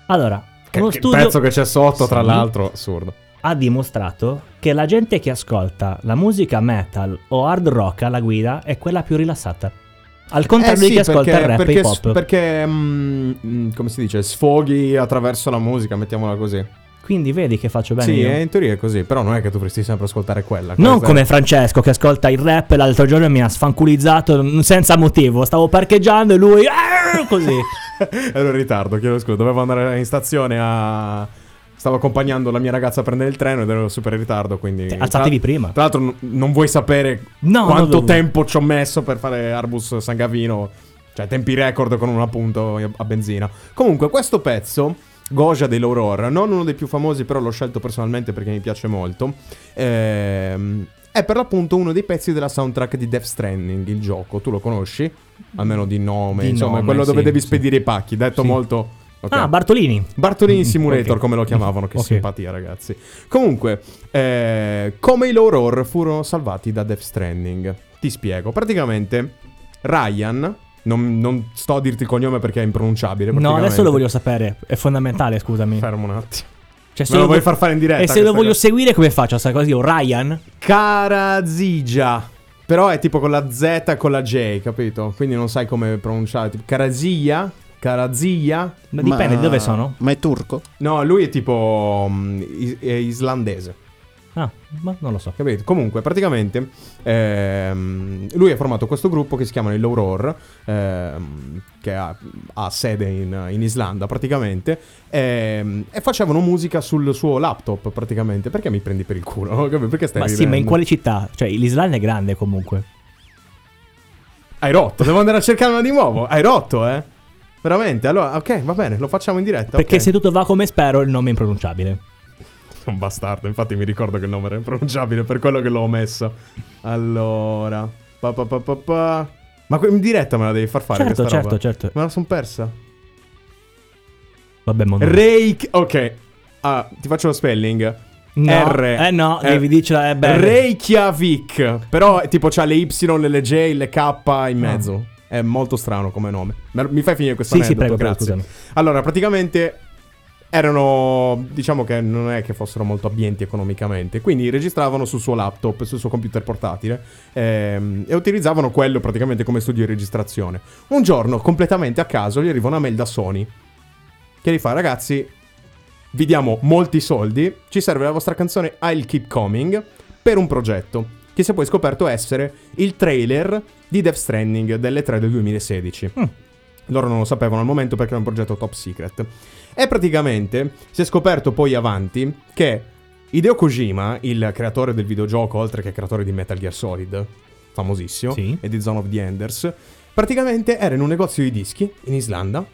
Allora, che, uno che studio pezzo che c'è sotto, tra Sì. l'altro, assurdo. ha dimostrato che la gente che ascolta la musica metal o hard rock alla guida è quella più rilassata. Al contrario di chi ascolta il rap e Eh perché, hip hop. perché, mm, mm, come si dice, sfoghi attraverso la musica, mettiamola così. Quindi vedi che faccio bene. sì, io. eh, in teoria è così, però non è che dovresti sempre ascoltare quella. Non questa è- come Francesco che ascolta il rap e l'altro giorno mi ha sfanculizzato mm, senza motivo. Stavo parcheggiando e lui. "Arr!" Così. Ero in ritardo, chiedo scusa. Dovevo andare in stazione a. Stavo accompagnando la mia ragazza a prendere il treno ed ero super in ritardo, quindi... alzatevi tra- prima. Tra l'altro n- non vuoi sapere No, non quanto dovevo. tempo ci ho messo per fare Arbus Sangavino. Cioè, tempi record con un appunto a benzina. Comunque, questo pezzo, Goja dell'Aurora, non uno dei più famosi, però l'ho scelto personalmente perché mi piace molto. ehm, È per l'appunto uno dei pezzi della soundtrack di Death Stranding, il gioco. Tu lo conosci? Almeno di nome, Di insomma, è nome, quello dove sì, devi sì. spedire i pacchi. Detto Sì. molto. ok. Ah, Bartolini. Bartolini Mm, Simulator, ok. come lo chiamavano, che Ok. simpatia, ragazzi. Comunque, eh, come i loro horror furono salvati da Death Stranding? Ti spiego. Praticamente, Ryan, Non, non sto a dirti il cognome perché è impronunciabile. No, praticamente. adesso lo voglio sapere. È fondamentale, scusami. Fermo un attimo. Cioè, me lo vuoi far fare in diretta E se lo questa voglio cosa? seguire, come faccio? Sai cosa io? Ryan? Karazigia. Però è tipo con la Z e con la J, capito? Quindi non sai come pronunciare. Tipo Karazia? Karazia? Ma dipende di dove sono. Ma è turco? No, lui è tipo mm, is- è islandese. Ah, ma non lo so. Capito? Comunque, praticamente, ehm, lui ha formato questo gruppo che si chiama il Auror, ehm, che ha, ha sede in, in Islanda praticamente, ehm, e facevano musica sul suo laptop praticamente. Perché mi prendi per il culo? Capito? Perché stai Ma sì, ma in ridendo? quale città? Cioè, l'Islanda è grande comunque. Hai rotto, devo andare a cercarla di nuovo. Hai rotto, eh? Veramente? Allora, ok, va bene, lo facciamo in diretta. Perché ok. se tutto va come spero, il nome è impronunciabile. Un bastardo, infatti mi ricordo che il nome era impronunciabile per quello che l'ho omesso. Allora, pa pa pa pa pa. Ma que- in diretta me la devi far fare Certo, questa certo, roba. certo. Me la son persa. Vabbè, ma no. Reik, ok. Ah, ti faccio lo spelling. No, R. eh no, devi dircela, eh, bene. Reykjavik. Però eh, tipo c'ha le Y, le le J, le K Ah. in mezzo. È molto strano come nome. Ma Mi fai finire questo Sì, sì, aneddoto, prego, prego, grazie. scusami. Allora, praticamente erano diciamo che non è che fossero molto abbienti economicamente, quindi registravano sul suo laptop, sul suo computer portatile ehm, e utilizzavano quello praticamente come studio di registrazione. Un giorno, completamente a caso, gli arriva una mail da Sony che gli fa "Ragazzi, vi diamo molti soldi, ci serve la vostra canzone I'll Keep Coming per un progetto che si è poi scoperto essere il trailer di Death Stranding delle 3 del 2016. Loro non lo sapevano al momento perché era un progetto top secret. E praticamente si è scoperto poi avanti che Hideo Kojima, il creatore del videogioco, oltre che creatore di Metal Gear Solid, famosissimo, Sì. e di Zone of the Enders, praticamente era in un negozio di dischi in Islanda.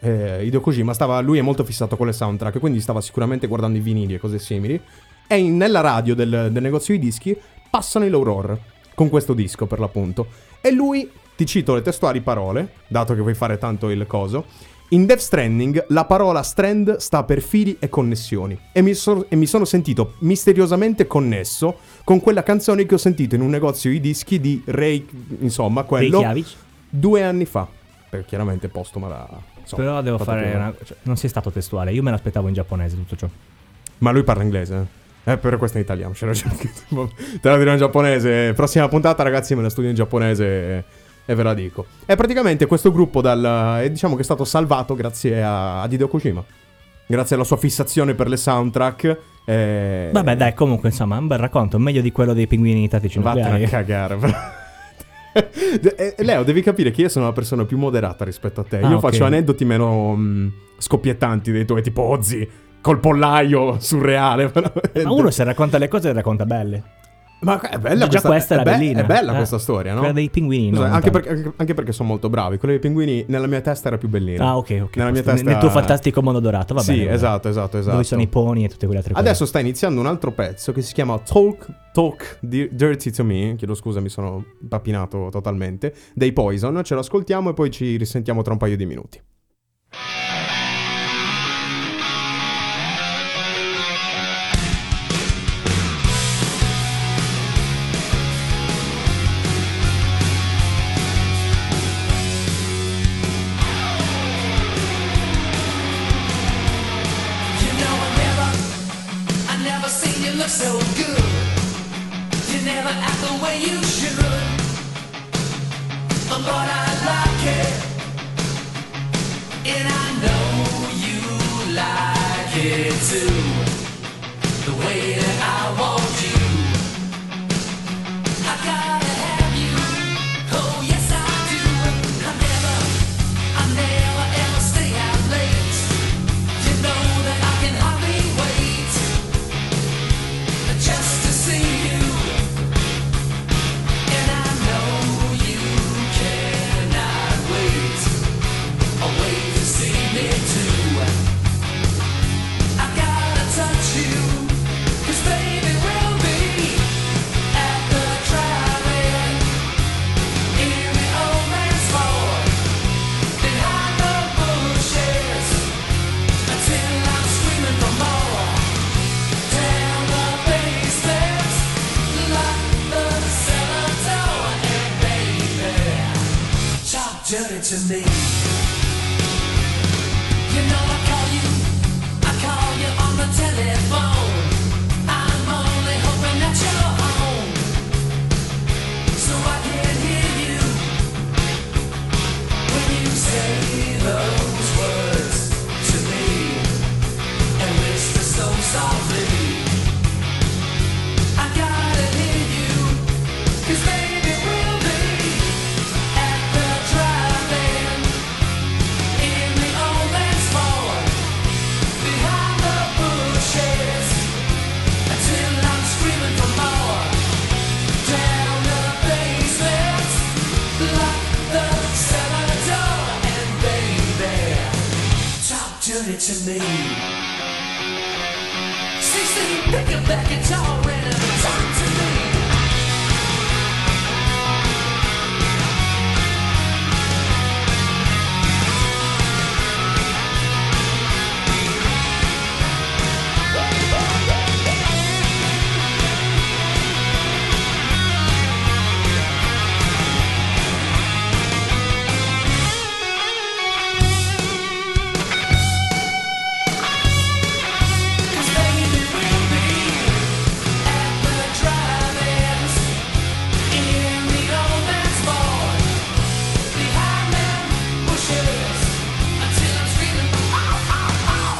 Eh, Hideo Kojima stava, lui è molto fissato con le soundtrack, quindi stava sicuramente guardando i vinili e cose simili. E in- nella radio del, del negozio di dischi passano i L'Auror con questo disco per l'appunto. E lui, ti cito le testuali parole, dato che vuoi fare tanto il coso. In Death Stranding la parola strand sta per fili e connessioni e mi, so- e mi sono sentito misteriosamente connesso con quella canzone che ho sentito in un negozio di dischi di Ray, insomma, quello Reykjavik. due anni fa. Perché chiaramente postuma la... insomma, Però devo fatto fare prima. Eh. una... cioè, non sei stato testuale, io me l'aspettavo in giapponese tutto ciò. Ma lui parla inglese. eh? Eh, però questo è in italiano, c'era già scritto. Boh, Te la dirò in giapponese. Prossima puntata, ragazzi, me la studio in giapponese e, e ve la dico. E praticamente questo gruppo dal, è, diciamo che è stato salvato grazie a, a Hideo Kojima. Grazie alla sua fissazione per le soundtrack. eh, Vabbè, dai, comunque, insomma, è un bel racconto, meglio di quello dei pinguini tattici Vattene nucleari. a cagare, però. Eh, Leo, devi capire che io sono una persona più moderata rispetto a te. Ah, io ok. faccio aneddoti meno mh, scoppiettanti dei tuoi, tipo Ozzy, col pollaio surreale. Ma uno se racconta le cose le racconta belle. Ma è bella Già questa, questa è era be- bellina. È bella Eh, questa storia, no? quella dei pinguini, no, Scusa, non anche, tanto. perché, anche- anche perché sono molto bravi. Quella dei pinguini nella mia testa era più bellina. Ah, ok, ok. Nella mia posto. Nel- testa... Nel tuo fantastico mondo dorato, va sì, bene. va bene. esatto, esatto, esatto. Dove sono i pony e tutte quelle altre cose. Adesso sta iniziando un altro pezzo che si chiama Talk Talk Di- Dirty to Me. Chiedo scusa, mi sono papinato totalmente. Dei Poison. Ce lo ascoltiamo e poi ci risentiamo tra un paio di minuti. You know I never, I never seen you look so good. You never act the way you should. Oh, but I like it, and I know you like it too. The way that I want you, I gotta have you. Oh yes I do. I never, I never ever stay out late. You know that I can hardly wait just to see you, and I know you cannot wait. wait to see me too. I gotta what's his name? You know I call you, I call you on the telephone. I'm only hoping that you're home, so I can hear you when you say those words to me and whisper so softly. I gotta hear you, 'cause baby we'll be at the drive-in in the old man's hall behind the bushes until I'm screaming for more. Down the basement, lock the cellar door, and baby, talk dirty to me. 16 pick up that guitar and talk to me. Cause baby we'll be at the drive-ins in the old man's bar behind them bushes until I'm screaming ow ow ow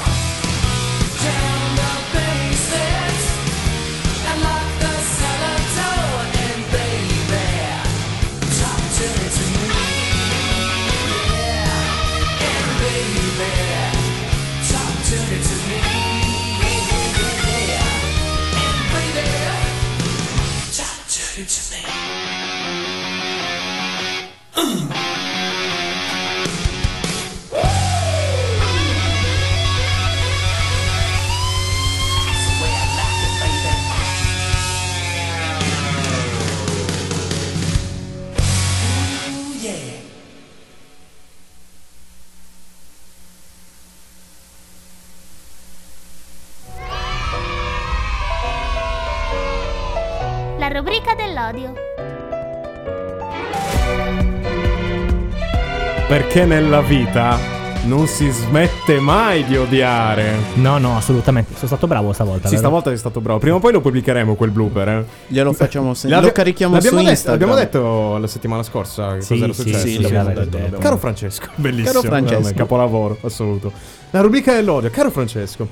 down the basement and lock the cellar door and baby talk to me to me yeah and baby talk to me to me yeah and baby talk to me to me. La rubrica dell'odio. Perché nella vita non si smette mai di odiare. No, no, assolutamente. Sono stato bravo stavolta. Sì, vero? stavolta sei stato bravo. Prima o poi lo pubblicheremo quel blooper. Eh. Glielo facciamo L'abbia- sentire. Lo carichiamo su l'abbiamo detto, Instagram. Abbiamo detto la settimana scorsa che Sì, cosa era sì, successo. sì, sì, l'abbiamo l'abbiamo detto, detto. l'abbiamo Caro Francesco, bellissimo. Caro Francesco. Veramente, Capolavoro, assoluto. La rubrica dell'odio, caro Francesco.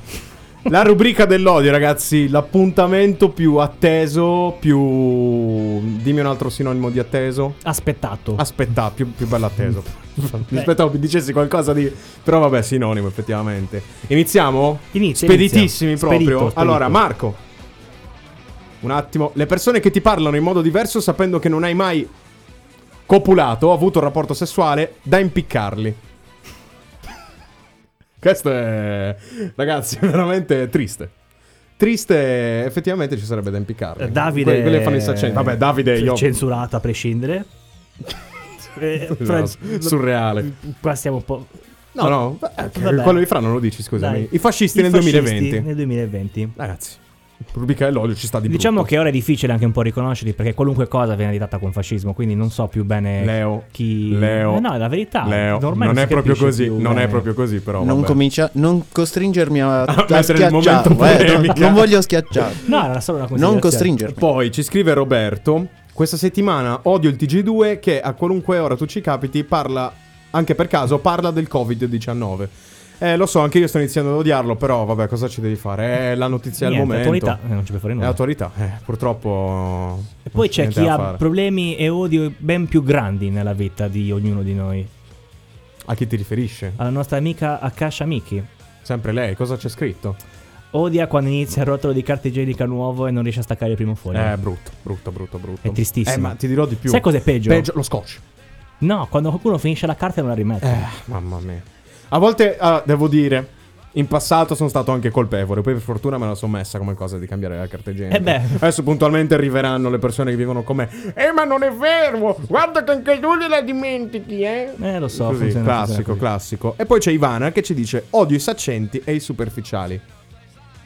La rubrica dell'odio, ragazzi, l'appuntamento più atteso, più... Dimmi un altro sinonimo di atteso. Aspettato. Aspetta, più, più bello atteso. Mm. Mi aspettavo che dicessi qualcosa di. Però vabbè, sinonimo, effettivamente. Iniziamo? Inizia, Speditissimi inizia. proprio. Spedito, spedito. Allora, Marco. Un attimo. Le persone che ti parlano in modo diverso sapendo che non hai mai copulato o avuto un rapporto sessuale, da impiccarli. Questo è. Ragazzi, veramente triste. Triste, effettivamente ci sarebbe da impiccarli. Eh, Davide. Quelli, quelli che fanno i saccenti. Vabbè, Davide, io. Censurato a prescindere. Eh, Esatto. Fra- Surreale. Qua stiamo un po'. No, no, eh, Vabbè. quello di Fra non lo dici, scusami. Dai. I fascisti I nel fascisti 2020. Nel 2020. Ragazzi, rubrica dell'olio ci sta di Diciamo brutto. che ora è difficile anche un po' riconoscerli perché qualunque cosa viene adattata con fascismo, quindi non so più bene Leo, chi Leo, Eh no, è la verità. Leo, Ormai non, si è proprio capisce così, più eh. non è bene. proprio così però Non, vabbè. comincia- non costringermi a, A a mettere il momento schiacciarlo, eh, non- polemica. non voglio schiacciare. No, era solo una Non considerazione. costringermi. Poi ci scrive Roberto, questa settimana odio il TG2 che a qualunque ora tu ci capiti parla, anche per caso, parla del Covid-19. Eh, lo so, anche io sto iniziando ad odiarlo, però vabbè, cosa ci devi fare? È la notizia al Niente, momento. attualità, eh, non ci puoi fare È nulla. l'autorità, eh, purtroppo... E poi c'è niente chi da ha fare. problemi e odio ben più grandi nella vita di ognuno di noi. A chi ti riferisce? Alla nostra amica Akasha Miki. Sempre lei, cosa c'è scritto? Odia quando inizia il rotolo di carta igienica nuovo e non riesce a staccare il primo foglio. Eh, brutto, brutto, brutto, brutto. È tristissimo. Eh, ma ti dirò di più. Sai cos'è peggio? lo scotch. No, quando qualcuno finisce la carta e non la rimette. Eh, mamma mia. A volte, ah, devo dire, in passato sono stato anche colpevole. Poi per fortuna me la sono messa come cosa di cambiare la carta igienica. Eh beh. Adesso puntualmente arriveranno le persone che vivono con me. Eh, ma non è vero! Guarda che anche tu la dimentichi, eh! Eh, lo so, Così, funziona- classico, funziona classico. E poi c'è Ivana che ci dice: Odio i saccenti e i superficiali.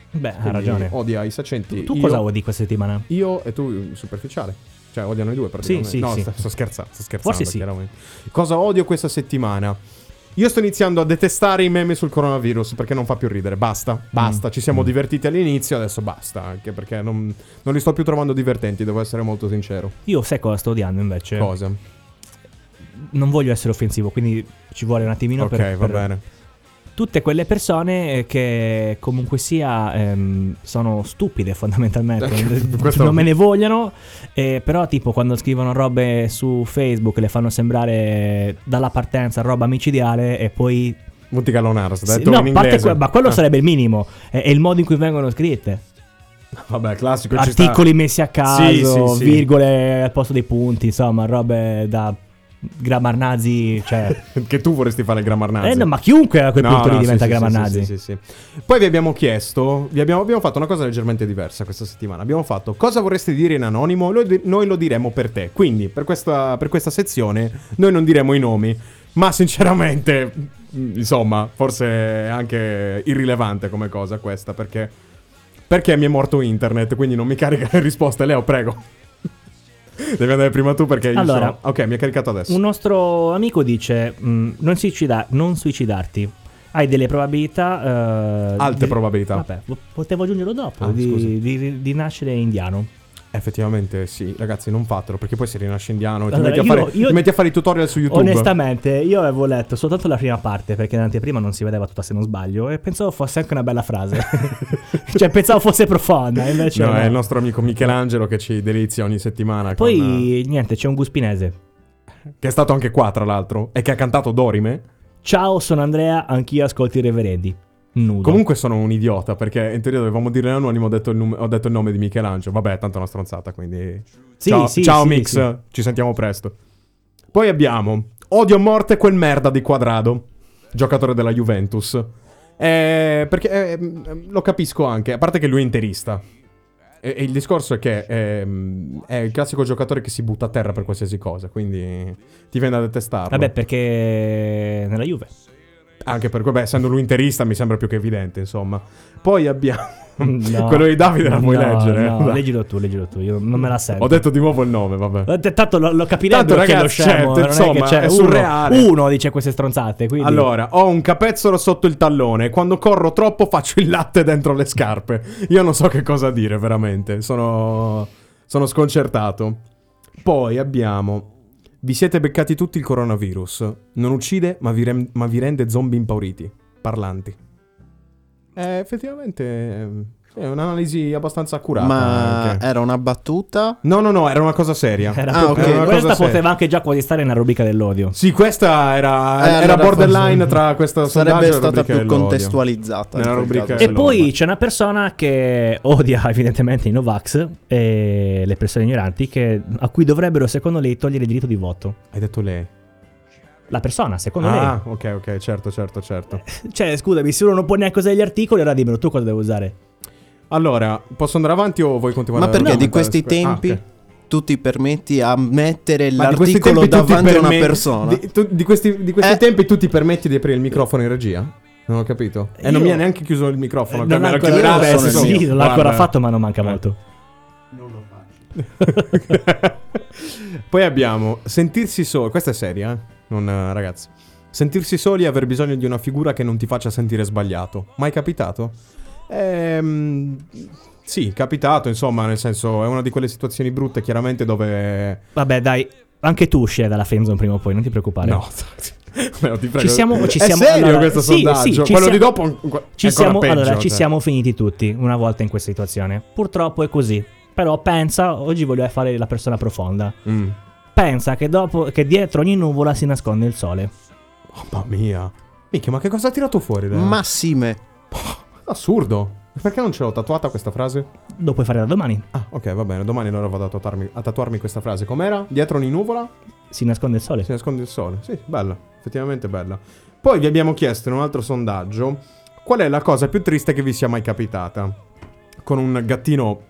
Beh, ha Quindi ragione. Odia i saccenti. Tu io- cosa odi questa settimana? Io e tu, mm, superficiale. Cioè, odiano i due praticamente. Sì, sì, no, sì. sto, sto scherzando, sto scherzando, Forse sì. chiaramente. Cosa odio questa settimana? Io sto iniziando a detestare i meme sul coronavirus perché non fa più ridere. Basta, Mm. basta. Ci siamo divertiti all'inizio, adesso basta. Anche perché non, non li sto più trovando divertenti, devo essere molto sincero. Io sai cosa sto odiando invece? Cosa? Non voglio essere offensivo, quindi ci vuole un attimino ok, per, va per- bene. tutte quelle persone eh, che comunque sia ehm, sono stupide fondamentalmente, Questo- non me ne vogliono, eh, però tipo quando scrivono robe su Facebook le fanno sembrare dalla partenza roba micidiale e poi... Multicalonars, Sì, detto no, in a parte inglese. que- ma quello Ah, sarebbe il minimo, è, è il modo in cui vengono scritte. Vabbè, classico. ci sta. Articoli messi a caso, sì, sì. virgole al posto dei punti, insomma, robe da grammarnazi, cioè... Che tu vorresti fare il grammarnazzi. Eh, no, ma chiunque a quel No, punto no, lì diventa sì, sì, grammarnazi. sì, sì, sì, sì. Poi vi abbiamo chiesto, vi abbiamo, abbiamo fatto una cosa leggermente diversa questa settimana. Abbiamo fatto cosa vorreste dire in anonimo? Lo di- noi lo diremo per te. Quindi, per questa, per questa sezione, noi non diremo i nomi. Ma sinceramente, mh, insomma, forse è anche irrilevante come cosa questa perché. Perché mi è morto internet, quindi non mi carica le risposte. Leo, prego. Devi andare prima tu perché io Allora, sono- Ok, mi è caricato adesso. Un nostro amico dice: "Mm, non, suicida- non suicidarti. Hai delle probabilità. eh, Alte di- probabilità. Vabbè, po- potevo aggiungerlo dopo. Ah, scusi. di, di- di nascere indiano. Effettivamente sì, ragazzi, non fatelo perché poi si rinasce indiano e ti, Allora, metti, a io- fare, io- ti metti a fare i tutorial su YouTube. Onestamente, io avevo letto soltanto la prima parte perché in anteprima non si vedeva tutta, se non sbaglio, e pensavo fosse anche una bella frase. cioè, pensavo fosse profonda. Invece, no, no. è il nostro amico Michelangelo che ci delizia ogni settimana. Poi, con, niente, c'è un guspinese. eh, che è stato anche qua, tra l'altro, e che ha cantato Dorime. Ciao, sono Andrea, anch'io ascolto i reverendi. Nudo. Comunque sono un idiota perché in teoria dovevamo dire l'anonimo, ho detto il, num- ho detto il nome di Michelangelo. Vabbè, tanto è una stronzata, quindi... Sì, ciao, sì, ciao sì, Mix, sì. ci sentiamo presto. Poi abbiamo Odio a morte quel merda di Quadrado, giocatore della Juventus. Eh, perché eh, mm, lo capisco anche, a parte che lui è interista. E, e il discorso è che ehm, è il classico giocatore che si butta a terra per qualsiasi cosa, quindi ti viene a detestarlo. Vabbè, perché nella Juve. Anche per beh, essendo lui interista mi sembra più che evidente, insomma. Poi abbiamo... No. Quello di Davide la puoi No, leggere. No, Dai. leggilo tu, leggilo tu. Io non me la sento. Ho detto di nuovo il nome, vabbè. Eh, t- Tanto lo, lo capirei Tanto, perché è lo ragazzi, scemo. certo, non è, insomma, che c'è è uno- surreale. Uno, dice queste stronzate. Quindi... Allora, ho un capezzolo sotto il tallone. Quando corro troppo faccio il latte dentro le scarpe. Io non so che cosa dire, veramente. Sono, sono sconcertato. Poi abbiamo. Vi siete beccati tutti il coronavirus. Non uccide, ma vi, rem- ma vi rende zombie impauriti. Parlanti. Eh, effettivamente. ehm, È un'analisi abbastanza accurata. Ma anche. era una battuta? No, no, no, era una cosa seria. Era Ah, proprio- ok. Era una questa cosa poteva anche già quasi stare nella rubrica dell'odio. Sì, questa Ah, era, Eh, era allora borderline forse- tra questa Sarebbe sondaggio e la stata rubrica più dell'odio. contestualizzata. in Nella quel rubrica caso, del E Quello secondo poi me. c'è una persona che odia evidentemente i Novax e le persone ignoranti che- a cui dovrebbero, secondo lei, togliere il diritto di voto. Hai detto lei. La persona, secondo Ah, ok, ok, certo, certo, certo. lei. Cioè, scusami, se uno non può neanche usare gli articoli, allora dimmelo tu cosa devo usare. Allora, posso andare avanti o vuoi continuare? Ma a perché di raccontare? questi Scusa. Ah, tempi ok. tu ti permetti a mettere Ma di questi l'articolo tempi tu ti davanti a una perme- persona? Di, tu- di questi, di questi Eh. tempi tu ti permetti di aprire il microfono in regia? Non ho capito. E non Io- mi ha neanche chiuso il Eh, microfono. non l'ha almeno ancora, chiuderà vabbè, adesso. sono il sì, mio. non l'ha ancora Guarda. Eh. fatto, ma non manca molto. Poi abbiamo sentirsi soli. Questa è seria, eh? Non, eh, ragazzi. Sentirsi soli e aver bisogno di una figura che non ti faccia sentire sbagliato. Mai capitato? Ehm. Sì, capitato, insomma, nel senso, è una di quelle situazioni brutte, chiaramente, dove. Vabbè, dai, anche tu uscirai dalla friendzone prima o poi, non ti preoccupare. No, Leo, ti prego. Ci siamo- ci È siamo- serio allora, questo sì, sì, sondaggio? ci Quello di siamo- dopo. anco- Ci ancora siamo, peggio, allora, ci cioè. siamo finiti tutti una volta in questa situazione. Purtroppo è così. Però pensa, oggi voglio fare la persona profonda. Mm. Pensa che, dopo, che dietro ogni nuvola si nasconde il sole. Mamma mia. Minchia, ma che cosa ha tirato fuori? Leo? Massime. Assurdo. Perché non ce l'ho tatuata questa frase? Lo puoi fare da domani. Ah, ok, va bene. Domani allora vado a tatuarmi, a tatuarmi questa frase. Com'era? Dietro ogni nuvola Si nasconde il sole. si nasconde il sole. Sì, bella. Effettivamente bella. Poi vi abbiamo chiesto in un altro sondaggio qual è la cosa più triste che vi sia mai capitata. Con un gattino...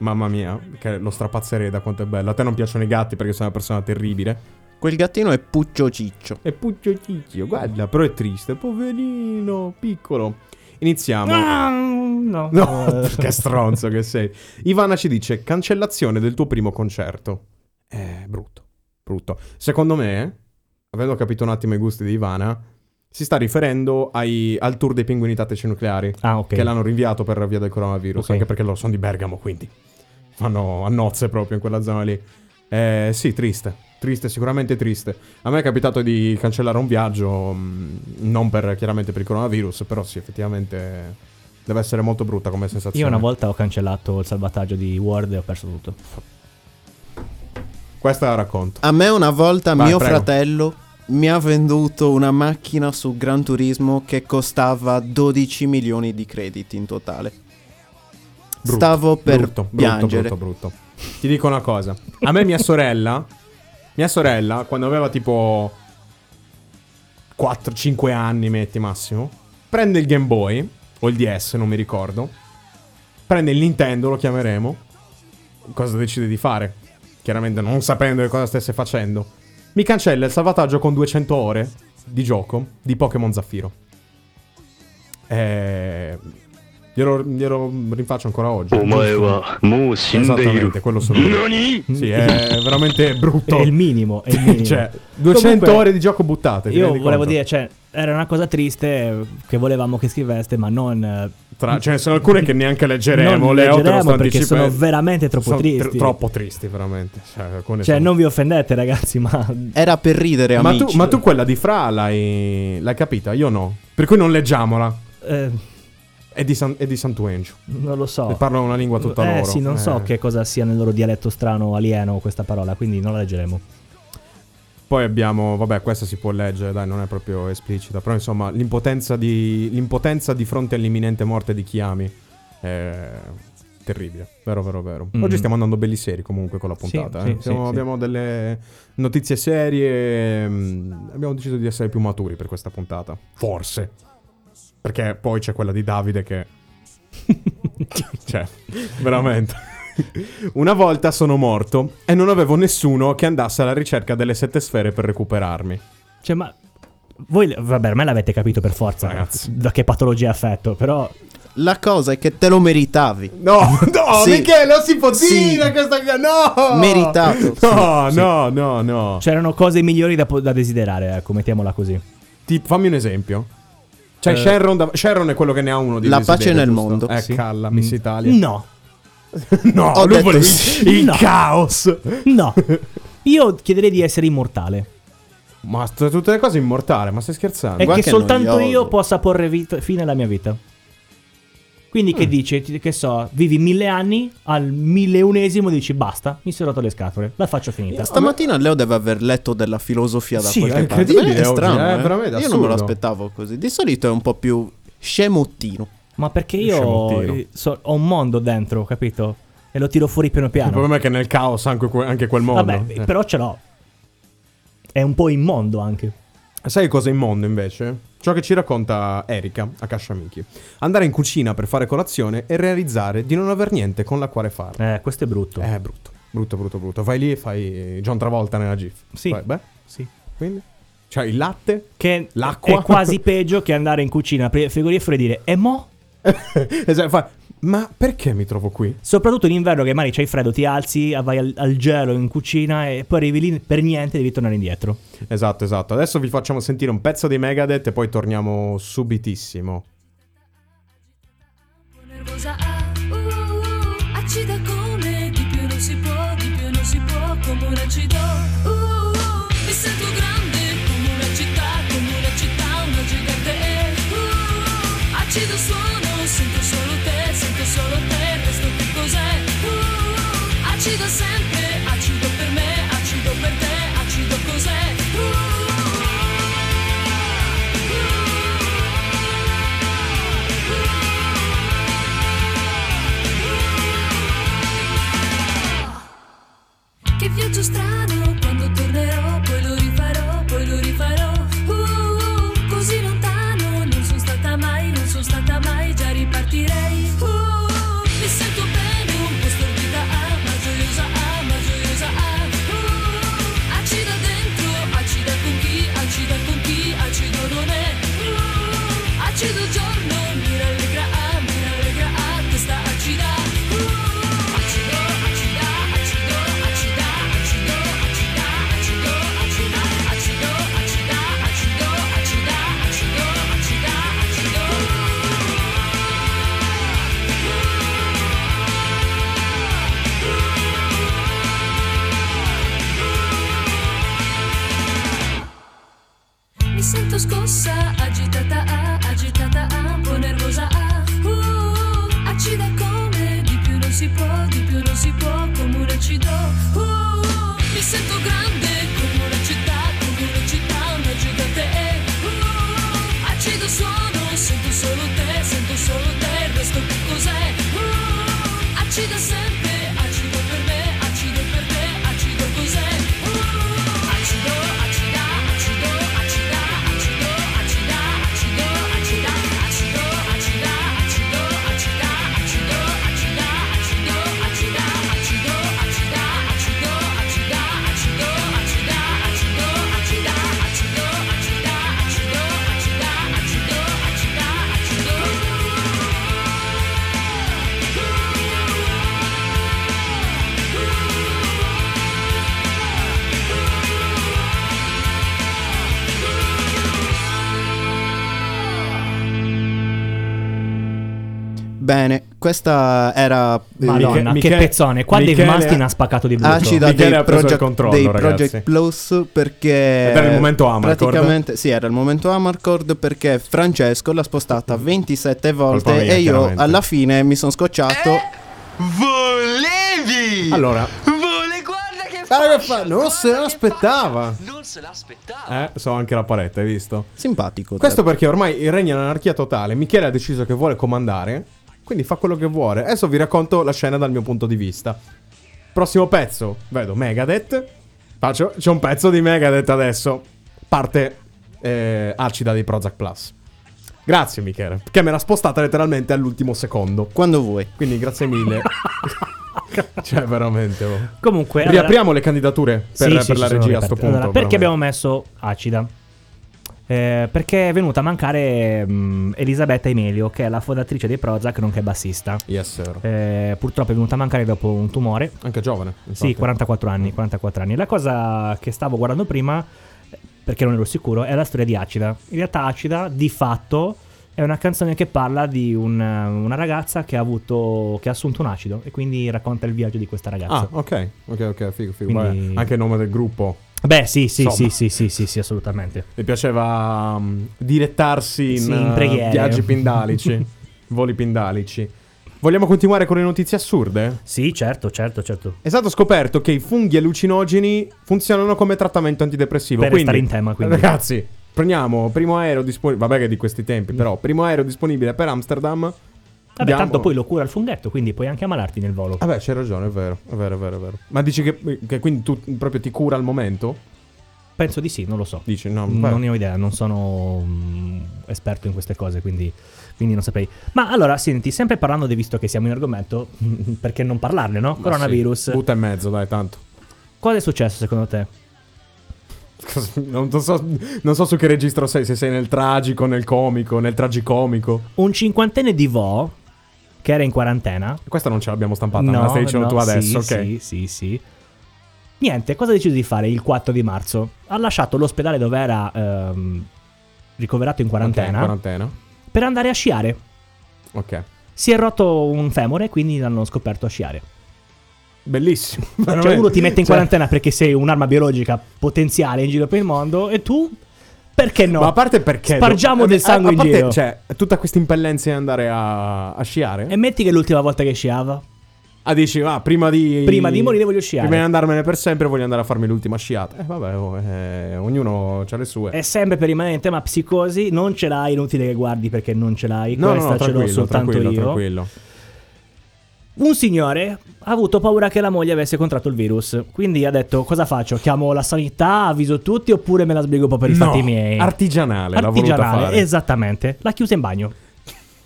Mamma mia, che lo strapazzerei da quanto è bello. A te non piacciono i gatti perché sei una persona terribile. Quel gattino è Puccio Ciccio. E Puccio Ciccio, guarda, però è triste. Poverino, piccolo. Iniziamo. Ah, no. No, Eh, che stronzo che sei. Ivana ci dice cancellazione del tuo primo concerto. Eh, brutto. Brutto. Secondo me, avendo capito un attimo i gusti di Ivana, si sta riferendo ai- al tour dei pinguini tattici nucleari. Ah, ok. Che l'hanno rinviato per via del coronavirus. Ok. Anche perché loro sono di Bergamo, quindi fanno a nozze proprio in quella zona lì. Eh, sì, triste. Triste, sicuramente triste. A me è capitato di cancellare un viaggio, mh, non per, chiaramente per il coronavirus, però sì, effettivamente deve essere molto brutta come sensazione. Io una volta ho cancellato il salvataggio di Word e ho perso tutto. Questa la racconto. A me una volta Vai, mio prego. fratello mi ha venduto una macchina su Gran Turismo che costava 12 milioni di crediti in totale. Brutto, Stavo per brutto, brutto, piangere. Brutto, brutto, Ti dico una cosa. A me mia sorella, mia sorella, quando aveva tipo 4-5 anni, metti massimo, prende il Game Boy, o il DS, non mi ricordo, prende il Nintendo, lo chiameremo, cosa decide di fare? Chiaramente non sapendo che cosa stesse facendo. Mi cancella il salvataggio con 200 ore di gioco di Pokémon Zaffiro. Eh, glielo, glielo rinfaccio ancora oggi. Esattamente, quello sono io. Sì, è veramente brutto. È il minimo, è il minimo. cioè, 200 Comunque, ore di gioco buttate. ti Io rendi volevo conto? dire, cioè, era una cosa triste eh, che volevamo che scriveste, ma non... eh, Tra- cioè, ce ne sono alcune che neanche leggeremo. Non Leo, te lo leggeremo sto perché sono anticipando. veramente troppo Sono tr- tristi. troppo tristi, veramente. Cioè, alcune Cioè, sono- non vi offendete, ragazzi, ma... Era per ridere, Eh, Ma amici. tu, ma eh. tu quella di Fra l'hai, l'hai capita? Io no. Per cui non leggiamola. eh, È di, San, è di Sant'Uengio. non lo so. E parlano una lingua tutta eh loro. sì, non so Eh. che cosa sia nel loro dialetto strano alieno questa parola, quindi non la leggeremo. Poi abbiamo, vabbè, questa si può leggere, dai, non è proprio esplicita, però insomma, l'impotenza di, l'impotenza di fronte all'imminente morte di Chiami è terribile, vero, vero, vero. Mm. Oggi stiamo andando belli seri comunque con la Sì, puntata, sì, eh. sì, Siamo- sì. abbiamo delle notizie serie, mm, abbiamo deciso di essere più maturi per questa puntata, forse, perché poi c'è quella di Davide che... cioè, veramente. Una volta sono morto e non avevo nessuno che andasse alla ricerca delle sette sfere per recuperarmi. Cioè, ma... Voi, vabbè, ormai l'avete capito per forza, Ragazzi. Da che patologia è affetto, però... La cosa è che te lo meritavi. No, no, Sì. Michele, non si può Sì. dire questa cosa. No! Meritato. No, no, no, no. C'erano cose migliori da, po- da desiderare, ecco, mettiamola così. Ti- fammi un esempio. Cioè, Sharon, da- Sharon è quello che ne ha uno di Eh, La desiderio, pace nel giusto? mondo. Eh, Sì. Mm. calla, Miss Italia. No, no, Ho lui detto voleva sì. il No. caos. no. Io chiederei di essere immortale. Ma sta- tutte le cose immortali, ma stai scherzando? E Guarda che che soltanto noioso. io possa porre vita- fine alla mia vita. Quindi Mm. che dici? Ti- Che so, vivi mille anni, al milleunesimo dici basta, mi sono rotto le scatole, la faccio finita. Stamattina Leo deve aver letto della filosofia da Sì, qualche è parte. incredibile Beh, È oggi, strano, eh, eh. veramente Io non me assurdo. lo aspettavo così. Di solito è un po' più scemottino. Ma perché Scemo io tiro. eh, so- ho un mondo dentro, capito? E lo tiro fuori piano Il piano. problema è che nel caos anche, que- anche quel mondo. Vabbè, Eh. però ce l'ho. È un po' immondo anche. Sai cosa è immondo invece? Ciò che ci racconta Erika a Casciamichi. Andare in cucina per fare colazione e realizzare di non aver niente con la quale farla. Eh, questo è brutto. Eh, brutto. Brutto, brutto, brutto. Vai lì e fai John Travolta nella GIF. Sì. Poi, beh, Sì. quindi. Cioè, il latte. Che L'acqua. è quasi peggio che andare in cucina, aprire il frigorifero e dire, e mo'? Esatto, fa, Ma perché mi trovo qui? Soprattutto in inverno che magari c'hai freddo, ti alzi, vai al, al gelo in cucina e poi arrivi lì per niente e devi tornare indietro. Esatto, esatto. Adesso vi facciamo sentire un pezzo dei Megadeth e poi torniamo subitissimo. Nervosa, ah, uh, uh, uh, accida come di più non si può, di più non si può, come un acido. Uh, uh, uh, mi sento grande come una città, come una città, una gigante. eh. Uh, uh, uh, acido suono, sento solo te, sento solo te, questo che cos'è? Uh, uh, uh, acido sempre, acido per me, acido per te, acido cos'è? Uh, uh, uh, uh, uh. Che viaggio strano, quando tornerò, poi lo rifarò, poi lo rifarò. Uh, uh, uh, così lontano, non sono stata mai, non sono stata mai, già ripartirei. Uh, uh, mi sento bene, un po' stordita, ah, ma gioiosa, ah, ma gioiosa, ah. Uh, uh, uh, acida dentro, acida con chi, acida con chi, acido non è. Uh, uh, uh, acido giorno, mi rallegra, ah, mi rallegra, ah, testa acida. Uh, uh, uh, acido, acida, acido, acida, acido, acido. Uh, Uh, Uh, Uh, Bene, questa era eh, Madonna, Michele- che pezzone. Qua Michele- Ah, Dave Mastin ha spaccato di brutto. acida Michele Ah, dei, ha preso il project, controllo, dei ragazzi. Project Plus perché Ed era il momento Amarcord. praticamente sì era il momento Amarcord perché Francesco l'ha spostata 27 volte mia, e io chiaramente. alla fine mi sono scocciato Volevi! Allora, Vole, guarda che Guarda Ah, che fascia, fa- non guarda se che l'aspettava. fascia. Non se l'aspettava. eh, so anche la parete, hai visto? simpatico te. Questo perché ormai regna l'anarchia totale. Michele ha deciso che vuole comandare, quindi fa quello che vuole. Adesso vi racconto la scena dal mio punto di vista. Prossimo pezzo, vedo Megadeth. Faccio, c'è un pezzo di Megadeth adesso. Parte eh, acida dei Prozac Plus. Grazie Michele, che me l'ha spostata letteralmente all'ultimo secondo. quando vuoi Quindi grazie mille. cioè veramente. oh. Comunque, allora- Riapriamo le candidature Sì, per, sì, per sì, la sono regia a aperte. sto punto. Allora, veramente. perché abbiamo messo acida? Eh, perché è venuta a mancare mm, Elisabetta Emelio, che è la fondatrice dei Prozac, nonché bassista. Yes, sir. Eh, purtroppo è venuta a mancare dopo un tumore. Anche giovane. Sì, infatti. 44 anni, 44 anni. La cosa che stavo guardando prima, perché non ero sicuro, è la storia di Acida. In realtà Acida, di fatto, è una canzone che parla di un- una ragazza che ha, avuto, che ha assunto un acido e quindi racconta il viaggio di questa ragazza. Ah, ok, ok, ok, figo, figo. Quindi- Vabbè, Anche il nome del gruppo. Beh, sì, sì, Insomma. sì, sì, sì, sì, sì, assolutamente. Mi piaceva mm, direttarsi in, Sì, in eh, preghiere. viaggi pindalici, voli pindalici. Vogliamo continuare con le notizie assurde? Sì, certo, certo, certo. È stato scoperto che i funghi allucinogeni funzionano come trattamento antidepressivo. Per quindi, restare in tema, quindi. Ragazzi, prendiamo primo aereo disponibile. Vabbè, che è di questi tempi, però. Primo aereo disponibile per Amsterdam. Mm. Vabbè, Andiamo- tanto poi lo cura il funghetto, quindi puoi anche ammalarti nel volo. Vabbè, c'hai ragione, è vero, è vero, è vero, è vero. Ma dici che, che quindi tu proprio ti cura al momento? Penso di sì, non lo so. Dici, no, Mm, vabbè. Non ne ho idea, non sono mm, esperto in queste cose, quindi, quindi non saprei. Ma allora, senti, sempre parlando di visto che siamo in argomento, perché non parlarne, no? Ma Coronavirus. sì, Butta in mezzo, dai, tanto. Cosa è successo secondo te? Non so, non so su che registro sei, se sei nel tragico, nel comico, nel tragicomico. Un cinquantenne di Vo, che era in quarantena. Questa non ce l'abbiamo stampata, me la stai dicendo no, diciamo tu adesso, sì, ok? Sì, sì, sì. Niente, cosa ha deciso di fare il 4 di marzo? Ha lasciato l'ospedale dove era ehm, ricoverato in Ok, quarantena quarantena. per andare a sciare. Ok. Si è rotto un femore, quindi l'hanno scoperto a sciare. Bellissimo. Cioè, veramente. uno ti mette Cioè, in quarantena perché sei un'arma biologica potenziale in giro per il mondo e tu, perché no? Ma a parte perché... Spargiamo eh, del a- sangue a in parte, giro. Cioè, tutta questa impellenza di andare a, a sciare. E metti che è l'ultima volta che sciava. Ah, dici, va, prima di... Prima di morire voglio sciare. Prima di andarmene per sempre voglio andare a farmi l'ultima sciata. Eh, vabbè, oh, eh, ognuno ha le sue. È sempre per rimanere in tema psicosi, non ce l'hai, inutile che guardi perché non ce l'hai. no, no, Questa no, ce l'ho tranquillo, soltanto tranquillo, io. tranquillo. Un signore ha avuto paura che la moglie avesse contratto il virus. Quindi ha detto: Cosa faccio? Chiamo la sanità, avviso tutti oppure me la sbrigo un po' per i No, fatti miei? artigianale l'ha voluta Artigianale, fare. esattamente. L'ha chiusa in bagno.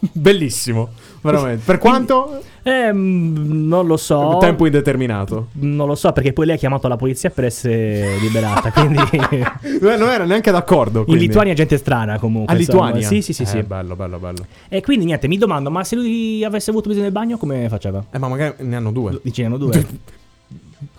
Bellissimo, veramente. Per quanto? Ehm, non lo so. Tempo indeterminato. Non lo so perché poi lei ha chiamato la polizia per essere liberata. quindi Beh, Eh, non era neanche d'accordo. in quindi. Lituania è gente strana comunque. A insomma. Lituania? Sì, sì, sì. Eh, sì. Bello, bello, bello. E quindi niente, mi domando, ma se lui avesse avuto bisogno del bagno come faceva? Eh, ma magari ne hanno due. Dice, ne hanno due.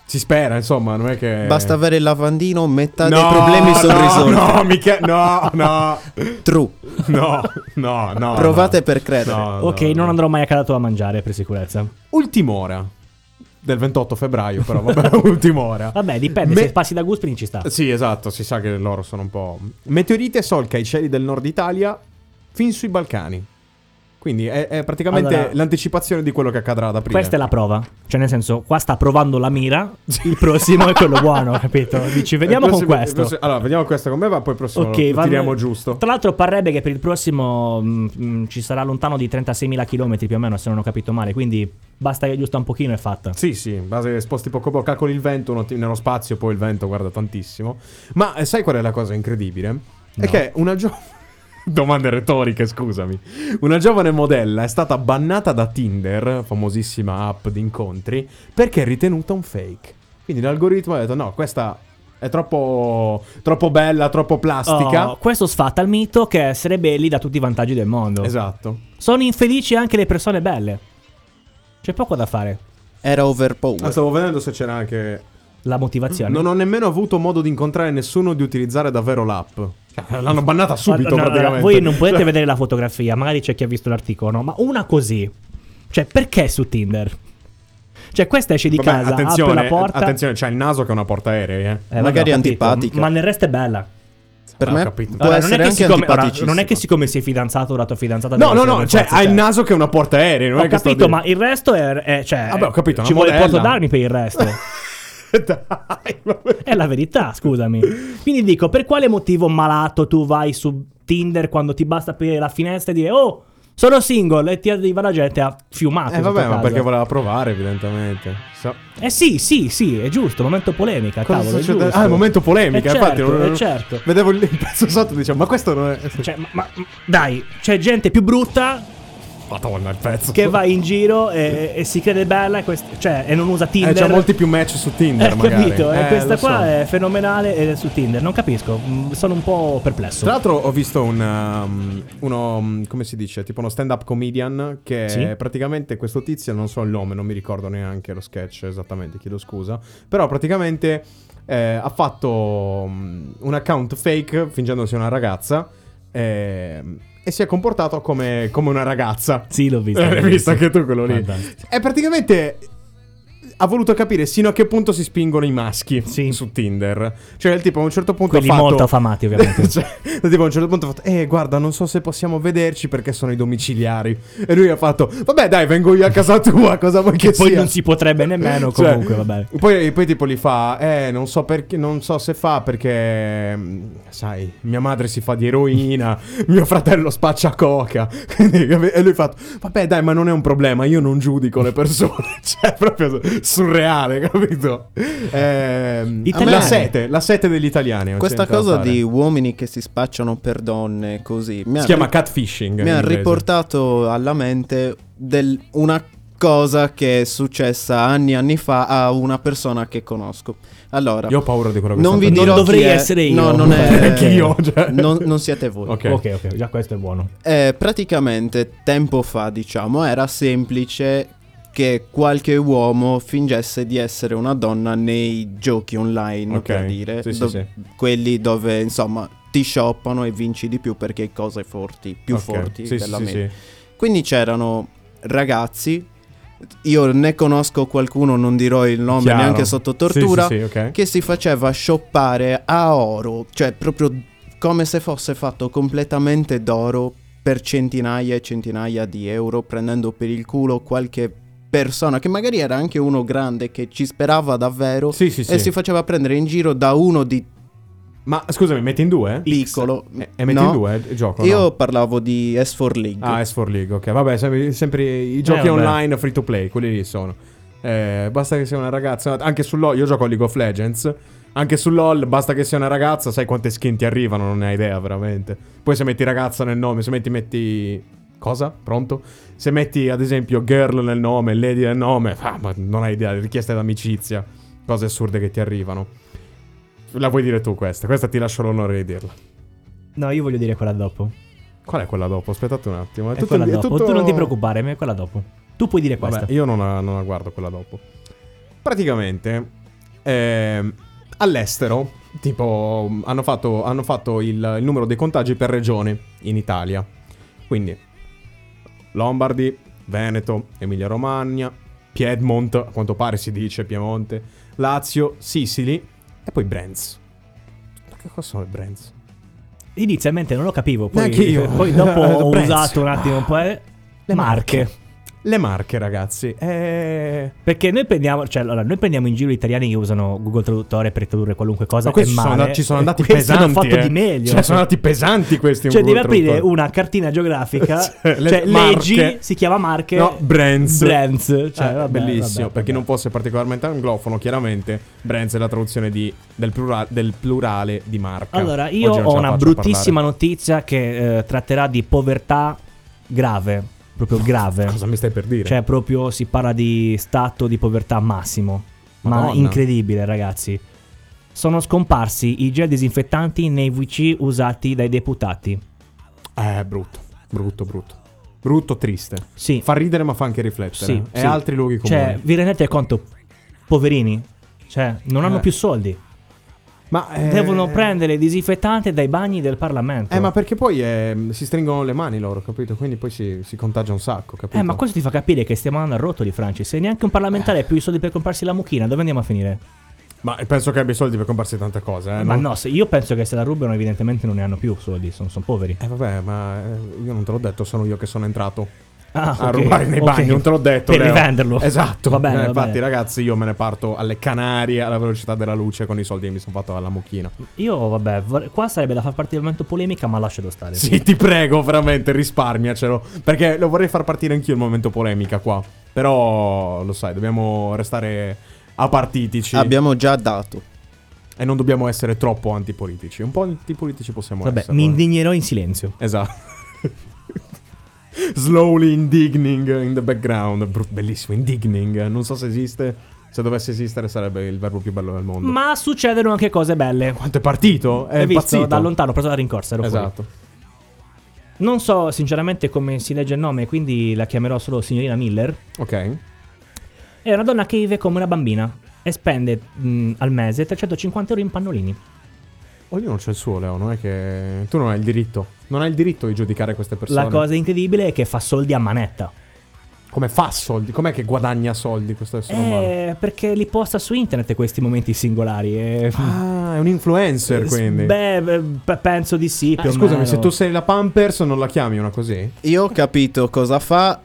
Si spera, insomma, non è che. basta avere il lavandino metà Eh. No, dei problemi sono no, risolti No, Miche- no, no, true no, no, no. provate no. per credere No, ok, no, non no. andrò mai a casa tua a mangiare per sicurezza. Ultim'ora del 28 febbraio, però, vabbè, ultim'ora. Vabbè, dipende, Me- se passi da Gusprin ci sta. Sì, esatto, si sa che loro sono un po'. Meteorite solca i cieli del nord Italia fin sui Balcani. Quindi è, è praticamente Allora- l'anticipazione di quello che accadrà ad aprile. Questa è la prova. Cioè, nel senso, qua sta provando la mira, il prossimo è quello buono, capito? Dici, vediamo Il con prossimo- questo. il prossimo- Eh, allora, vediamo questa con me, ma poi il prossimo Ok, lo va tiriamo bene. giusto. Tra l'altro parrebbe che per il prossimo mm, mm, ci sarà lontano di 36.000 km più o meno, se non ho capito male, quindi basta che aggiusta un pochino e è fatta. Sì, sì, in base sposti poco poco, calcoli il vento uno ti- nello spazio, poi il vento guarda tantissimo. Ma eh, sai qual è la cosa incredibile? È che una giovane... Domande retoriche, scusami. Una giovane modella è stata bannata da Tinder, famosissima app di incontri, perché è ritenuta un fake. Quindi l'algoritmo ha detto no, questa è troppo, troppo bella, troppo plastica. Oh, questo sfatta il mito che essere belli dà tutti i vantaggi del mondo. Esatto. Sono infelici anche le persone belle. C'è poco da fare. era overpowered Ah, Stavo vedendo se c'era anche La motivazione. Non ho nemmeno avuto modo di incontrare nessuno di utilizzare davvero l'app. Cioè, L'hanno bannata subito Allora, praticamente. Voi non potete Cioè, vedere la fotografia, magari c'è chi ha visto l'articolo, no? Ma una così. Cioè, perché su Tinder? Cioè, questa esce di Vabbè, casa, apre attenzione, la porta. attenzione, c'è il naso che è una porta aerea. Eh. Eh, vabbè, Magari ho capito, antipatica. Ma nel resto è bella. Per Ah, ho me capito. può Ora, non, è essere che anche siccome, ora, antipaticissimo. non è che siccome sei fidanzato o la tua fidanzata No, deve no, essere no, per cioè forza ha il te. naso che è una porta aerea. Non Ho è che sto a capito, dire- ma il resto è. è- cioè, Vabbè, ho capito, una Ci vuole il porto modella. d'armi per il resto. Dai, vabbè. È la verità, scusami. Quindi dico, per quale motivo malato tu vai su Tinder quando ti basta aprire la finestra e dire oh, sono single e ti arriva la gente a fiumato. Eh sotto vabbè, ma casa. perché voleva provare evidentemente. Sa- Eh sì, sì, sì, è giusto, momento polemica, Cosa cavolo, è succede? giusto. Ah, il momento polemica, Eh infatti. certo, non- eh non- certo. Vedevo il il pezzo sotto e dicevo, ma questo non è. Cioè, ma, ma- dai, c'è gente più brutta Madonna, il pezzo. che va in giro e, e si crede bella e, quest- cioè, e non usa Eh, Tinder. c'ha molti più match su Tinder, Eh, magari. capito, eh, Eh, questa lo so. qua è fenomenale eh, su Tinder, non capisco, mm, sono un po' perplesso. Tra l'altro ho visto un, um, uno, um, come si dice, tipo uno stand-up comedian che Sì. è praticamente questo tizio, non so il nome, non mi ricordo neanche lo sketch esattamente, chiedo scusa, però praticamente eh, ha fatto um, un account fake fingendosi una ragazza ehm, e si è comportato come, come una ragazza. Sì, l'ho visto. Eh, l'ho l'hai visto anche tu quello lì. Guarda. È praticamente. Ha voluto capire sino a che punto si spingono i maschi Sì. su Tinder. Cioè, il tipo a un certo punto. Quelli ha fatto... molto affamati, ovviamente. cioè, il tipo a un certo punto ha fatto: Eh, guarda, non so se possiamo vederci perché sono i domiciliari. E lui ha fatto: Vabbè, dai, vengo io a casa tua. Cosa vuoi che, Poi sia? non si potrebbe nemmeno, Cioè, comunque, vabbè. Poi, poi tipo li fa, eh, non so, perché, non so se fa perché, mm, sai, mia madre si fa di eroina, mio fratello spaccia coca. Quindi, capi- e lui fa, vabbè dai, ma non è un problema, io non giudico le persone. cioè, è proprio surreale, capito? Ehm, Italiani. La sete, la sete degli italiani. Questa sento cosa fare. di uomini che si spacciano per donne così mi ha Si chiama ri- catfishing. mi in ha inglese. riportato alla mente del- una cosa che è successa anni e anni fa a una persona che conosco. Allora, Io ho paura di quello che non sto vi per dire. dirò Non dovrei chi è- essere io. No, non è Anch'io, cioè. non, non siete voi. Ok. ok, ok, già questo è buono. Eh, praticamente tempo fa, diciamo, era semplice che qualche uomo fingesse di essere una donna nei giochi online, Ok, per dire, sì, sì, sì. quelli dove insomma ti shoppano e vinci di più perché hai cose forti, più Ok, forti sì, sì, della sì, media. sì. Quindi c'erano ragazzi, io ne conosco qualcuno, non dirò il nome Chiaro. neanche sotto Sì, tortura, sì, sì, ok. che si faceva shoppare a oro, cioè proprio come se fosse fatto completamente d'oro per centinaia e centinaia di euro, prendendo per il culo qualche persona che magari era anche uno grande che ci sperava davvero Sì, sì, e sì. si faceva prendere in giro da uno di Ma scusami, metti in due? piccolo. E, e metti No. in due il gioco? Io no? parlavo di S4 League. Ah, S4 League, ok. Vabbè, sempre, sempre i giochi Eh, vabbè. online free to play, quelli lì sono. Eh, basta che sia una ragazza. Anche su LOL, io gioco a League of Legends. Anche su LOL, basta che sia una ragazza, sai quante skin ti arrivano, non ne hai idea, veramente. Poi se metti ragazza nel nome, se metti metti. Cosa? Pronto? Se metti ad esempio girl nel nome, lady nel nome, ah, ma non hai idea, le richieste d'amicizia, cose assurde che ti arrivano. La vuoi dire tu questa? Questa ti lascio l'onore di dirla. No, io voglio dire quella dopo. Qual è quella dopo? Aspettate un attimo. È quella è dopo. tutto- Tu non ti preoccupare, ma è quella dopo. Tu puoi dire questa. Vabbè, io non la, non la guardo quella dopo. Praticamente, ehm, all'estero, tipo, mh, hanno fatto, hanno fatto il, il numero dei contagi per regione in Italia. Quindi, Lombardi, Veneto, Emilia-Romagna, Piedmont, a quanto pare si dice Piemonte, Lazio, Sicily e poi Brands. Ma che cosa sono le Brands? Inizialmente non lo capivo, poi, Neanche io. poi dopo ho Prezzi. usato un attimo un po'. eh, Le Le marche. marche. Le marche, ragazzi. Eh... Perché noi prendiamo, cioè, allora, noi prendiamo in giro gli italiani che usano Google Traduttore per tradurre qualunque cosa. Ma questi e sono male. andati- ci sono E andati questi pesanti. Hanno fatto eh. di meglio. Cioè, sono andati pesanti questi. in Cioè, devi Google aprire Traduttore. una cartina geografica. Cioè, cioè, le leggi, marche. si chiama Marche. No, Brands. Brands. Cioè, Eh, vabbè, bellissimo. vabbè, per chi vabbè. non fosse particolarmente anglofono, chiaramente Brands è la traduzione di- del, plura- del plurale di marca. Allora, io Oggi non ho ce la una faccio a bruttissima notizia che eh, tratterà di povertà grave. Proprio grave. parlare. Cosa mi stai per dire? Cioè, proprio si parla di stato di povertà massimo. Ma Madonna. incredibile, ragazzi. Sono scomparsi i gel disinfettanti nei VC usati dai deputati. Eh, brutto, brutto, brutto. Brutto, triste. Sì. Fa ridere, ma fa anche riflettere. sì, e sì. altri luoghi comuni. Cioè, vi rendete conto? Poverini. Cioè, non hanno Eh. più soldi. Ma, eh, Devono prendere il disinfettante dai bagni del Parlamento. Eh, ma perché poi eh, si stringono le mani loro, capito? Quindi poi si, si contagia un sacco, capito? Eh, ma questo ti fa capire che stiamo andando a rotoli, Franci. Se neanche un parlamentare ha più i soldi per comprarsi la mucchina, dove andiamo a finire? Ma penso che abbia i soldi per comprarsi tante cose, eh. ma no, se- io penso che se la rubano, evidentemente non ne hanno più soldi, sono, sono poveri. Eh vabbè, ma eh, io non te l'ho detto, sono io che sono entrato. Ah, a ok, rubare nei ok. bagni, non te l'ho detto. Per Leo. rivenderlo. Esatto. Va bene, Eh, va infatti, bene. ragazzi, io me ne parto alle Canarie alla velocità della luce con i soldi che mi sono fatto alla mucchina. Io, vabbè, vor- qua sarebbe da far parte del momento polemica, ma lascialo stare. Sì, ti prego, veramente, risparmiacelo. Perché lo vorrei far partire anch'io il momento polemica qua. Però, lo sai, dobbiamo restare apartitici. Abbiamo già dato. E non dobbiamo essere troppo antipolitici. Un po' antipolitici possiamo Vabbè, essere. mi indignerò in silenzio. Esatto. Slowly indigning in the background. Bru- bellissimo, indigning. Non so se esiste. Se dovesse esistere sarebbe il verbo più bello del mondo. Ma succedono anche cose belle. Quanto è partito? È Hai visto impazzito. da lontano, ho preso la rincorsa. ero fuori. Esatto. Non so sinceramente come si legge il nome, quindi la chiamerò solo signorina Miller. Ok. È una donna che vive come una bambina e spende mh, al mese 350 euro in pannolini. Ognuno c'è il suo, Leo. Non è che. Tu non hai il diritto. Non hai il diritto di giudicare queste persone. La cosa incredibile è che fa soldi a manetta. Come fa soldi? Com'è che guadagna soldi questo essere umano? Eh, perché li posta su internet questi momenti singolari. eh. E... Ah, è un influencer quindi. Eh, Beh, beh, p- penso di sì. più o Scusami, meno. se tu sei la Pampers non la chiami una così? Io ho capito cosa fa.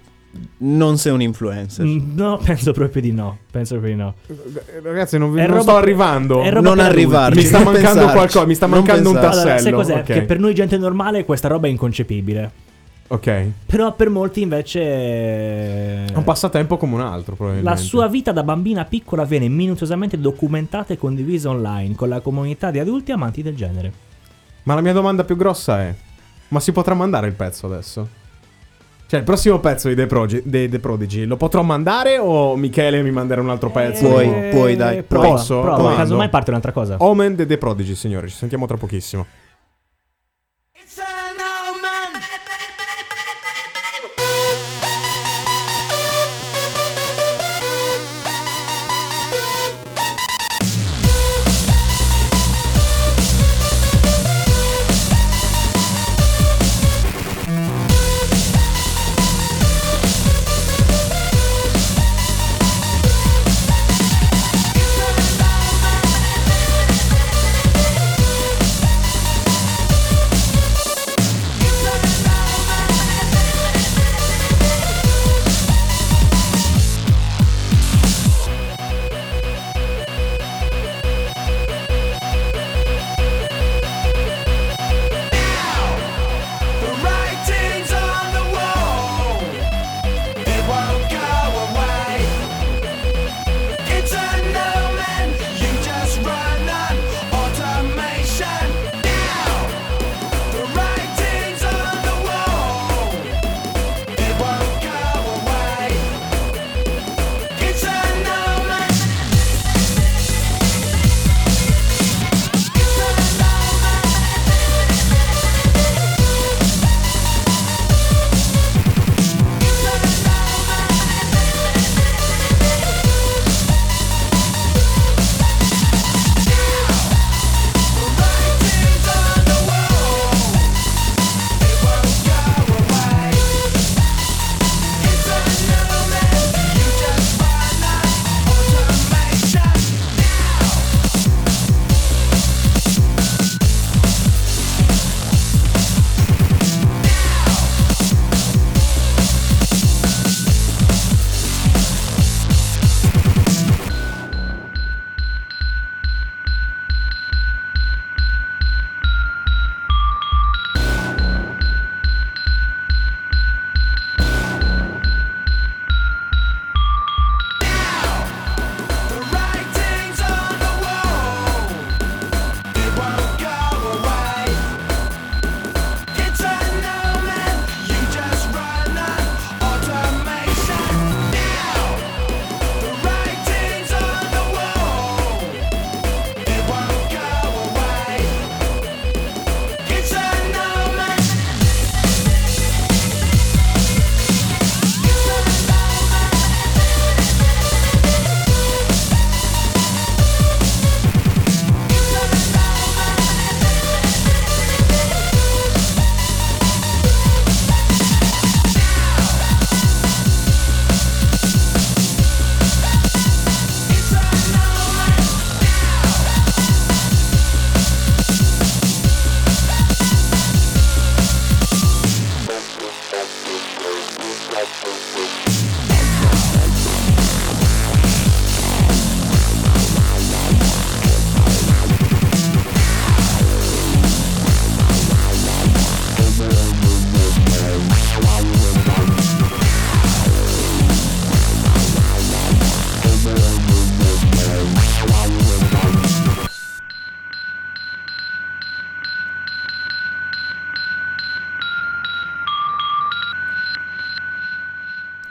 Non sei un influencer. Mm, No, penso proprio di no. Penso proprio di no. Eh, Ragazzi, non, vi- È non roba sto per- arrivando. è roba Non per arrivarci. Mi sta non mancando pensarci, qualcosa, mi sta non mancando un pensarci. tassello. Allora, sai cos'è? ok. Che per noi gente normale questa roba è inconcepibile. Ok. È Però per molti invece... un passatempo come un altro, probabilmente. La sua vita da bambina piccola viene minuziosamente documentata e condivisa online con la comunità di adulti amanti del genere. Ma la mia domanda più grossa è: ma si potrà mandare il pezzo adesso? Cioè, il prossimo pezzo di The, Progi- dei The Prodigy lo potrò mandare o Michele mi manderà un altro pezzo? Puoi, O- puoi, dai, Prova, Posso? Oh. prova, Comando. casomai parte un'altra cosa. Omen dei The Prodigy, signori, ci sentiamo tra pochissimo.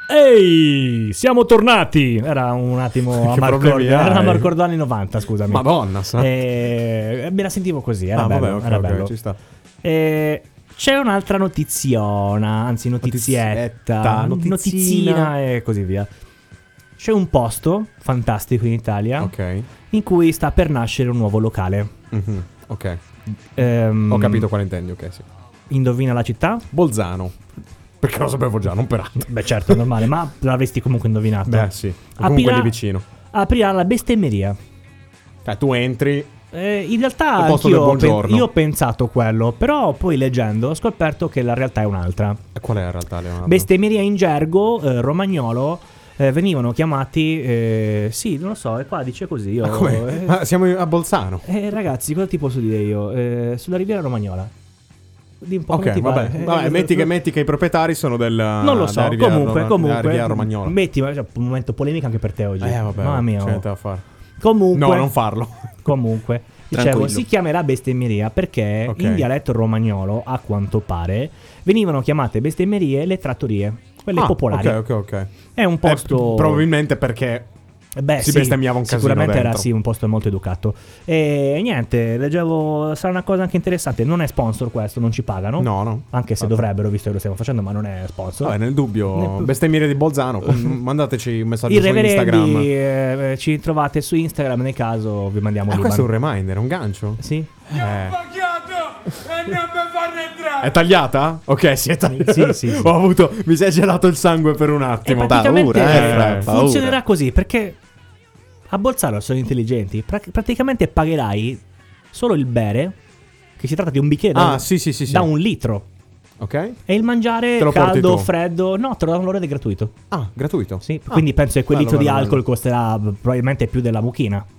Ehi, siamo tornati. Era un attimo a Che Marco, problemi era hai? a Marco Ordoni 90, scusami. Madonna, sa. Eh, me la sentivo così, era Esatto. Ah, bello, vabbè, ok, era ok, bello. ci sta. Eh, c'è un'altra notiziona, anzi Notizietta, notizietta, notizina. notizina e così via. C'è un posto fantastico in Italia Ok. in cui sta per nascere un nuovo locale. Mhm, Ok. Ehm, Ho capito quale intendi, ok, sì. Indovina la città? Bolzano. Perché lo sapevo già, non per altro. Beh, certo, è normale, ma l'avresti comunque indovinato. Beh, sì. Aprirà- Comunque lì vicino. Aprirà la bestemmeria. Cioè, tu entri. Eh, in realtà Al posto del anch'io ho pen- buongiorno. io ho pensato quello, però poi leggendo ho scoperto che la realtà è un'altra. E qual è in realtà, Leonardo? Bestemmeria in gergo eh, romagnolo eh, venivano chiamati. eh, sì, non lo so, e qua dice così. Io, Ma come? eh, Ma siamo a Bolzano. eh, ragazzi, cosa ti posso dire io? Eh, sulla riviera romagnola. Di un po' come Ok, ti pare. vabbè. Eh, vabbè eh, metti, che, eh, metti che i proprietari sono del. Non lo so, della Riviera comunque, Roma- comunque. della Riviera Romagnola. Metti, ma c'è un momento polemico anche per te oggi. Eh, vabbè. Mamma mia. c'è oh. niente da fare. Comunque, No, non farlo. Comunque, dicevo, Tranquillo. si chiamerà bestemmeria perché Ok. in dialetto romagnolo, a quanto pare, venivano chiamate bestemmerie le trattorie, quelle Ah, popolari. Ok, ok, ok. È un posto... Eh, probabilmente perché Beh, si sì, bestemmiava un casino Sicuramente era dentro. sì, un posto molto educato. E niente, leggevo, sarà una cosa anche interessante. Non è sponsor questo, non ci pagano. No, no. Anche se Vabbè. dovrebbero, visto che lo stiamo facendo, ma non è sponsor. Vabbè, nel dubbio, Ne- bestemmiere di Bolzano, com- mandateci un messaggio I su Instagram. reverendi eh, ci trovate su Instagram, nel caso vi mandiamo Ah, l'Iban. questo è un reminder, un gancio? Sì? Eh. È tagliata? Ok, si è tagliata. Sì, sì, sì. Ho avuto. Mi si è gelato il sangue per un E attimo. praticamente paura, eh, eh, fra, paura. funzionerà così perché a Bolzano sono intelligenti. Pra- praticamente pagherai solo il bere, che si tratta di un bicchiere Ah, sì, sì, sì. sì. da un litro. Ok. E il mangiare Te lo porti caldo, tu? freddo, no, te lo danno l'ora di gratuito. Ah, gratuito. Sì, Ah, quindi penso che quel bello, litro di bello, alcol costerà probabilmente più della buchina. bello.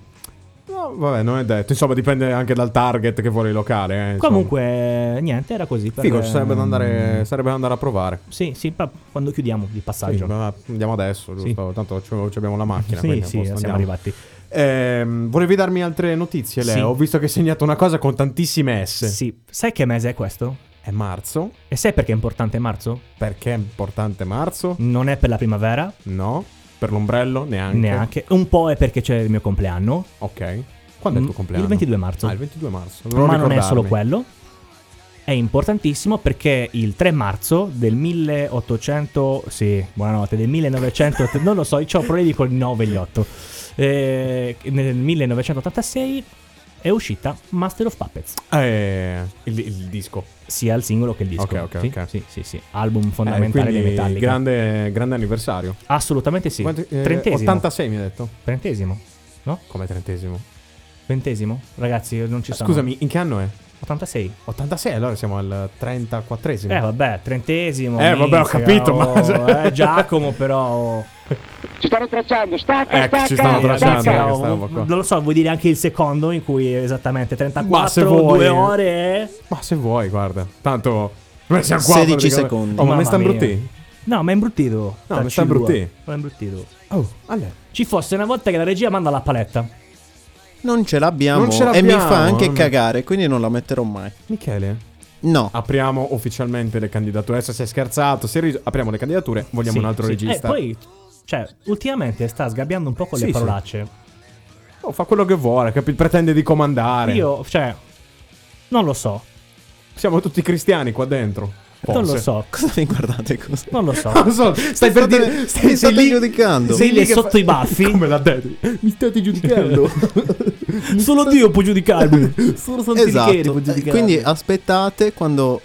No, vabbè, non è detto. Insomma, dipende anche dal target che vuole il locale. eh, insomma. Comunque, eh, mm. niente, era così. per- ehm, Figo, ci sarebbe da andare, sarebbe da andare a provare. Sì, sì, pa- quando chiudiamo di Sì, passaggio. ma andiamo adesso, giusto? Tanto ci- ci abbiamo la macchina. Sì, quindi a sì, posto, siamo andiamo. arrivati. Ehm, volevi darmi altre notizie, Leo? Sì. Ho visto che hai segnato una cosa con tantissime S. Sì, sai che mese è questo? È marzo. E sai perché è importante marzo? Perché è importante marzo? Non è per la primavera, No. Per l'ombrello? Neanche. Neanche. Un po' è perché c'è il mio compleanno. Ok. Quando è il tuo Mm, compleanno? il 22 marzo. Ah, il 22 marzo. Ma Dovrò non è ricordarmi. solo quello. È importantissimo perché il 3 marzo del 1800. Sì, buonanotte. Del 1900. non lo so, ho problemi con il 9 e gli 8. Eh, nel 1986 è uscita Master of Puppets. Eh, il, il disco. Sia il singolo che il disco. Ok, ok, sì, ok. Sì, sì, sì. Album Eh, fondamentale dei quindi Metallica. grande, grande anniversario. Assolutamente sì. Quanti- eh, trentesimo. 86 mi hai detto. Trentesimo. No? Come trentesimo? Ventesimo? Ragazzi, non ci sono. Scusami, in che anno è? 86. 86, allora siamo al 34esimo. Eh vabbè, trentesimo. Eh, vabbè, ho minchia, capito, oh, ma- eh, Giacomo però... ecco, ci stanno Ragazzi, tracciando. oh, che stavo qua. non lo so, vuoi dire anche il secondo in cui è esattamente Ma se 34, vuoi. 2 ore... Ma se vuoi, guarda. Tanto... noi siamo qua 16 praticamente. secondi. Oh, ma Mamma mi sta mia. imbruttì? No, ma è imbruttito. No, mi sta Tacci due. imbruttì. Ma è imbruttito. Oh, allora. Ci fosse una volta che la regia manda la paletta. Non ce l'abbiamo, Non ce e mi l'abbiamo, fa anche non- cagare, quindi non la metterò mai. Michele, No. Ah. apriamo ufficialmente le candidature. Adesso si è scherzato, si è riso. Apriamo le candidature, vogliamo Sì, un altro sì. regista. Eh, poi... Cioè, ultimamente sta sgabbiando un po' con le Sì, sì. parolacce. Oh, fa quello che vuole, capi- pretende di comandare. Io, cioè... Non lo so. Siamo tutti cristiani qua dentro. Non lo Forse. so. Cosa mi guardate così? Non lo so. Non lo so, stai per state- dire. mi state giudicando. sei Dille che sotto i baffi. Come l'ha detto? Mi state giudicando. Solo Dio può giudicarmi. Solo Esatto. Eh, Quindi aspettate quando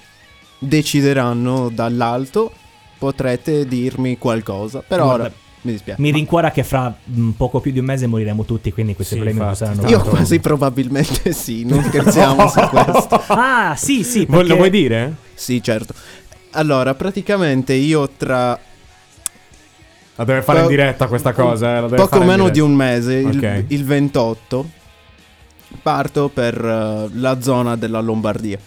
decideranno dall'alto, potrete dirmi qualcosa. Però Guarda, ora mi dispiace. Mi rincuora che fra mm, poco più di un mese moriremo tutti, quindi questi Sì, problemi non infatti. saranno Io tanto. quasi probabilmente sì, non scherziamo su questo. Ah, sì, sì, Vuoi- perché- Lo vuoi dire? Sì, certo. Allora, praticamente io tra La deve fare in Po- diretta questa cosa. eh, la deve poco fare in meno di diretta. un mese, il- Ok. il, 28, parto per eh, la zona della Lombardia.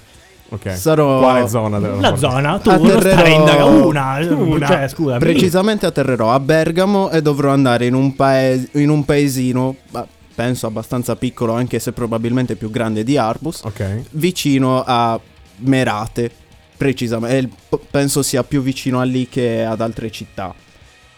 Ok. sarò- Quale zona? della La Lombardia? zona, tu non Atterrerò- stare in una, una. Cioè, scusa, Precisamente atterrerò a Bergamo e dovrò andare in un, paes- in un paesino, ma penso abbastanza piccolo, anche se probabilmente più grande di Arbus, Ok. vicino a Merate. Precisamente, E il- penso sia più vicino a lì che ad altre città.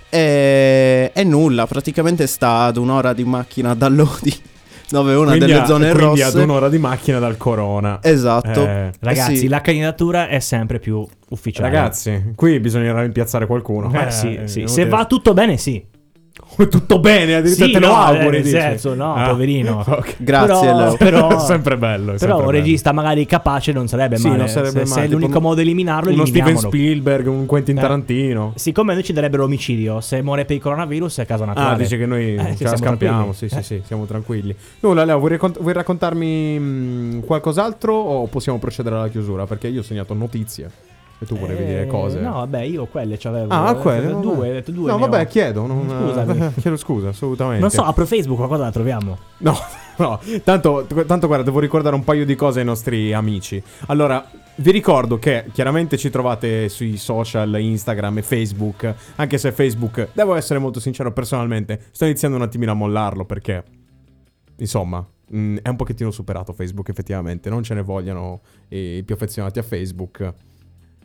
E, e nulla, praticamente sta ad un'ora di macchina da Lodi, dove è una Quindi delle a- zone quindi rosse. ad un'ora di macchina dal corona. Esatto. Eh, Ragazzi, sì. la candidatura è sempre più certo. ufficiale. Ragazzi, qui bisognerà rimpiazzare qualcuno. Eh, Eh, sì, eh, sì. devo Se dire- va tutto bene, sì. tutto bene, addirittura Sì, te lo no, eh, auguri. nel dici. Ah. senso, no, poverino. ok. Grazie, però, Leo. Però, sempre bello. però un regista magari capace non sarebbe Sì, male. eh. non sarebbe se, se male, è tipo l'unico un- modo di eliminarlo, Uno Steven eliminiamolo. Spielberg, un Quentin Eh. Tarantino. Siccome noi ci darebbero omicidio, se muore per il coronavirus è casa naturale. Ah, dice che noi Eh, sì, ce la siamo scampiamo. tranquilli. Sì, sì, Eh. sì, siamo tranquilli. Nulla, Leo, vuoi, raccont- vuoi raccontarmi mh, qualcos'altro o possiamo procedere alla chiusura? Perché io ho segnato notizie e tu volevi Eh, dire cose. No, vabbè, io quelle c'avevo. ah, Ho a detto quelle. vabbè. Due, ho detto due. No, ne ho. vabbè, chiedo. Non, Scusami. chiedo scusa, assolutamente. Non so, apro Facebook, qualcosa la troviamo. No, no, tanto, tanto guarda, devo ricordare un paio di cose ai nostri amici. Allora, vi ricordo che chiaramente ci trovate sui social, Instagram e Facebook, anche se Facebook, devo essere molto sincero personalmente, sto iniziando un attimino a mollarlo perché, insomma, mh, è un pochettino superato Facebook effettivamente, non ce ne vogliano i più affezionati a Facebook.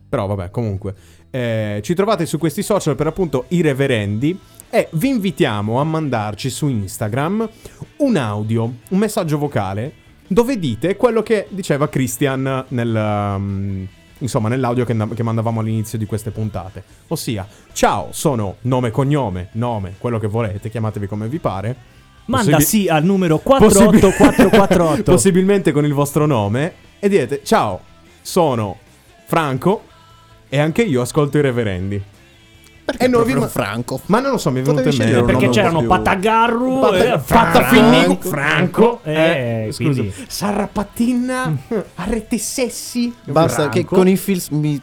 Però vabbè, comunque. Eh, ci trovate su questi social per appunto i reverendi e vi invitiamo a mandarci su Instagram un audio, un messaggio vocale dove dite quello che diceva Christian nel... um, Insomma, nell'audio che, che mandavamo all'inizio di queste puntate. Ossia, ciao, sono nome, cognome, nome, quello che volete, chiamatevi come vi pare. Manda Possibi- sì al numero Possibi- 48448. Possibilmente con il vostro nome e direte ciao, sono Franco e anche io ascolto i reverendi. Perché E non vi- proprio Franco. Ma non lo so, mi è venuto Potevi in mente. scegliere un Perché non nome c'erano più- Patagarru, Patta- eh, Patafinni, Franco. Eh, scusa, quindi- Sarrapatina, Arrete Sessi. Basta che con i films mi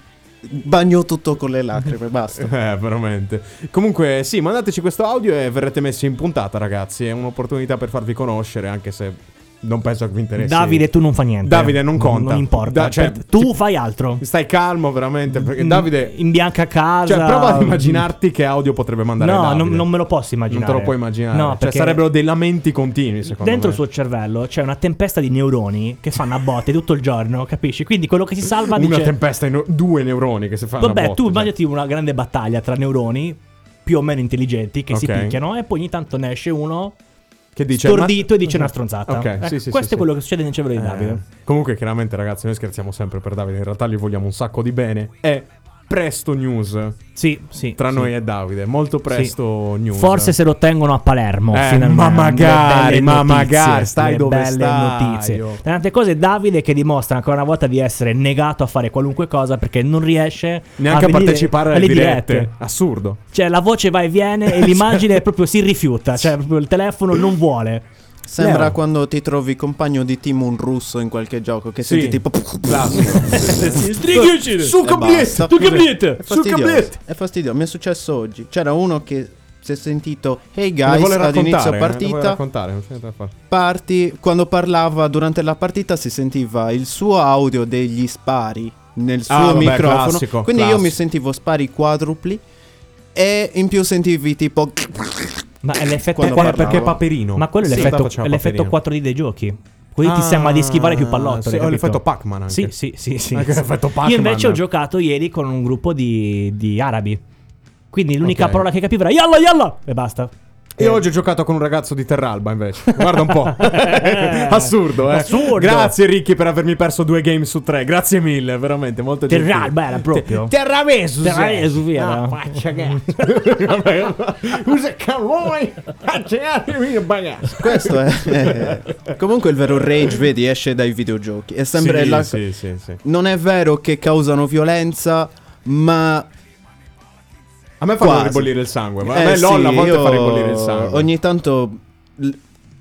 bagno tutto con le lacrime, basta. Eh, veramente. Comunque, sì, mandateci questo audio e verrete messi in puntata, ragazzi. È un'opportunità per farvi conoscere, anche se non penso che vi interessi. Davide, tu non fa niente. Davide, non conta. Non importa. Da- cioè, Per- tu ti- fai altro. Stai calmo, veramente, perché Mm, Davide... In bianca a casa. Mm. Cioè, prova ad immaginarti che audio potrebbe mandare No, Davide. non, non me lo posso immaginare. Non te lo puoi immaginare. No, cioè, perché sarebbero dei lamenti continui, secondo Dentro me. il suo cervello c'è una tempesta di neuroni che fanno a botte tutto il giorno, capisci? Quindi quello che si salva Una dice... tempesta in due neuroni che si fanno a Vabbè, botte, tu cioè. immaginati una grande battaglia tra neuroni più o meno intelligenti che Ok. si picchiano e poi ogni tanto ne esce uno che dice stordito e dice "Ma-" Mhm. una stronzata. Ok, Ecco, sì, sì, questo sì, è quello sì. che succede nel cervello di Davide. Eh, Comunque, chiaramente, ragazzi, noi scherziamo sempre per Davide. In realtà gli vogliamo un sacco di bene. È presto news Sì, sì. tra sì. noi e Davide. Molto presto news. Forse se lo tengono a Palermo, Eh, finalmente. ma magari, Le belle ma notizie, magari, stai le dove belle stai, notizie. io. Tra tante cose Davide che dimostra ancora una volta di essere negato a fare qualunque cosa perché non riesce Neanche a, venire partecipare alle dirette. dirette. Assurdo. Cioè la voce va e viene e l'immagine proprio si rifiuta, cioè proprio il telefono non vuole. Sembra Leo. quando ti trovi compagno di team un russo in qualche gioco che Sì. senti tipo Su E basta. È Su fastidioso. È fastidioso. Mi è successo oggi. C'era uno che si è sentito Hey Me lo guys vuole ad raccontare, inizio eh, lo vuole partita. raccontare, non c'è niente da fare. Eh, Parti, quando parlava durante la partita si sentiva il suo audio degli spari nel suo Ah, vabbè, microfono. classico, Quindi io classico. mi sentivo spari quadrupli e in più sentivi tipo Ma è l'effetto Quando qua- parlavo. Perché è Paperino. Ma quello è Sì, l'effetto, faceva è l'effetto Paperino. 4D dei giochi. Così ti Ah, sembra di schivare più pallottole. sì, ho capito? l'effetto Pac-Man anche. Sì, sì, sì. sì. Anche l'effetto Pac-Man. Io invece ho giocato ieri con un gruppo di, di arabi. Quindi l'unica Ok. parola che capivo era yalla yalla e basta. Io oggi ho giocato con un ragazzo di Terralba invece. Guarda un po'. Assurdo, eh. Assurdo. Grazie Ricky per avermi perso due game su tre. Grazie mille, veramente. Molto gentile. Terralba era proprio. Te- Terravesus. Terravesus era. Ah, faccia che. Vabbè, Usa caloi. Faccia che mi bagazzo. Questo è. Comunque il vero rage, vedi, esce dai videogiochi. È sempre Sì, la- sì, sì, sì. Non è vero che causano violenza, ma. A me fanno Quasi. ribollire il sangue. Ma a eh me sì, LOL a volte io fa ribollire il sangue. Ogni tanto. l-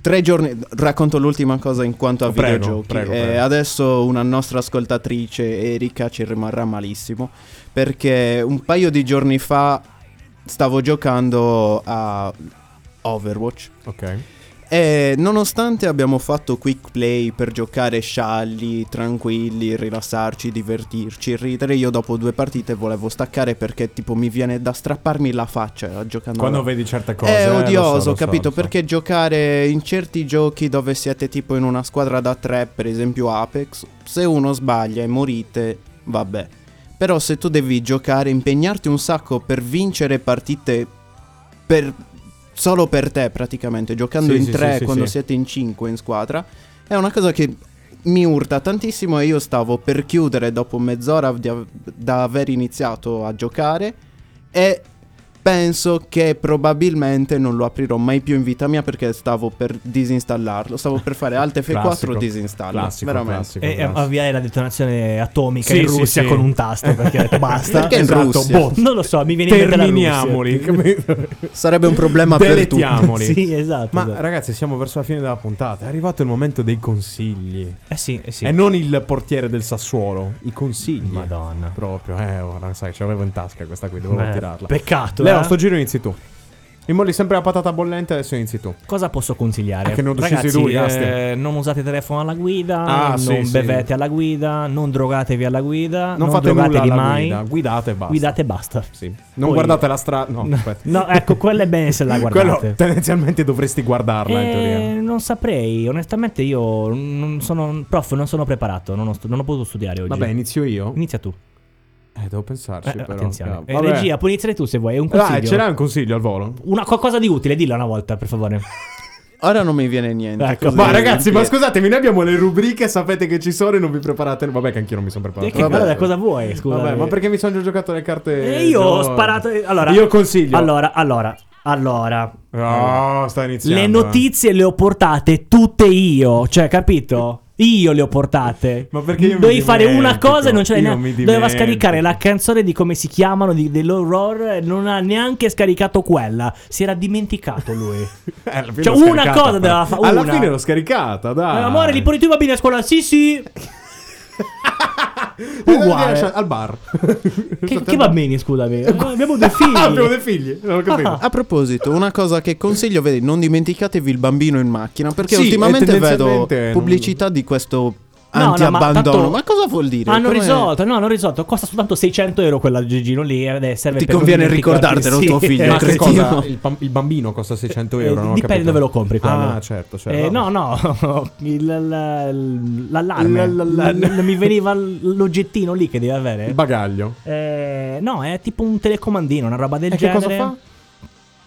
Tre giorni. Racconto l'ultima cosa in quanto a Prego, videogiochi. prego, Eh, prego. Adesso una nostra ascoltatrice, Erika, ci rimarrà malissimo. Perché un paio di giorni fa stavo giocando a Overwatch. Ok. E Eh, nonostante abbiamo fatto quick play per giocare scialli, tranquilli, rilassarci, divertirci, ridere, io dopo due partite volevo staccare perché tipo mi viene da strapparmi la faccia eh, giocando. Quando alla- vedi certe cose. eh, È lo so, lo odioso, so, capito? lo so. Perché giocare in certi giochi dove siete tipo in una squadra da tre, per esempio Apex, se uno sbaglia e morite, vabbè. Però se tu devi giocare, impegnarti un sacco per vincere partite per- solo per te praticamente, giocando Sì, in sì, tre sì, sì, quando sì. siete in cinque in squadra, è una cosa che mi urta tantissimo e io stavo per chiudere dopo mezz'ora di av- da aver iniziato a giocare e penso che probabilmente non lo aprirò mai più in vita mia perché stavo per disinstallarlo, stavo per fare Alt F4 Classico. disinstallo, Classico, veramente. classico, E classico. avviare la detonazione atomica Sì, in sì, Russia sì. con un tasto perché ho detto basta. Perché in Esatto, Russia? boh, non lo so, mi viene in mente la Terminiamoli. Russia. Sarebbe un problema per tutti. Deletiamoli. Sì, esatto. Ma esatto. ragazzi, siamo verso la fine della puntata. È arrivato il momento dei consigli. eh sì, eh sì. E non il portiere del Sassuolo. I consigli. Madonna. Proprio, eh, ora sai, ce l'avevo in tasca questa qui, dovevo Eh, tirarla. Peccato. Leo, eh. sto giro inizi tu. Immolli sempre la patata bollente, adesso inizi tu. Cosa posso consigliare? Ah, che non decisi Ragazzi, lui, eh, Aster. non usate telefono alla guida, Ah, sì, non sì. bevete alla guida, non drogatevi alla guida, non, Non, fate nulla drogatevi alla mai. guida, guidate e basta. Guidate e basta. Sì. Non Poi- guardate la strada. No, aspetta. No, ecco, quella è bene se la guardate. Quello tendenzialmente dovresti guardarla in Eh, teoria. non saprei, onestamente io non sono prof, non sono preparato, non ho, stu- non ho potuto studiare oggi. Vabbè, inizio io. Inizia tu. Eh, devo pensarci Mm. Eh, però. attenzione. Eh, Eh, vabbè. regia, puoi iniziare tu se vuoi, è un consiglio. Dai, ce l'hai un consiglio al volo? Una qualcosa di utile, dillo una volta, per favore. Ora non mi viene niente. Ecco, così. Ma ragazzi, ma scusatemi, noi abbiamo le rubriche, sapete che ci sono e non vi preparate. Vabbè, che anch'io non mi sono E preparato. Eh, che cosa- cosa vuoi, scusa? Vabbè, ma perché mi sono già giocato le carte? E Eh, io ho Eh, No. sparato. Allora, Io consiglio. Allora, allora, allora. No, sta iniziando. Le eh. notizie le ho portate tutte io, cioè, capito? Io le ho portate. Ma perché io mi Dovevi fare una dimentico. cosa e non ce l'hai Io neanche. mi Doveva dimentico. scaricare la canzone di come si chiamano di, dell'horror. e Non ha neanche scaricato quella. Si era dimenticato lui. Eh, alla fine Cioè, l'ho una scaricata, però. cosa doveva fa- Alla una. fine l'ho scaricata, dai. Eh, amore, li porti tu i bambini a scuola? Sì, sì. Eh, uguale. li lascia- Al bar. Che, che bambini, scusami. Eh, Abbiamo dei figli. Ah. Ah, abbiamo dei figli. Non ho capito. A proposito, una cosa che consiglio, vedi, non dimenticatevi il bambino in macchina, perché Sì, ultimamente eh, vedo tendenzialmente non- pubblicità di questo No, no, ma anti-abbandono. ma, tanto- cosa vuol dire? Hanno Come- risolto, no, hanno risolto. Costa soltanto 600 euro quella Gigino lì. ed è- serve Ti per conviene non dimenticarti- ricordartelo tuo figlio, Ma Eh, che cretino. cosa? Il, pam- il bambino costa 600 euro. Eh, non ho dipende capito. dove lo compri quello. Ah, certo. certo. Eh, no, no, il- l- l'allarme. L- l- l- L- mi veniva l- l'oggettino lì che devi Il avere. bagaglio. Eh, no, è tipo un telecomandino, una roba del E che genere. cosa fa?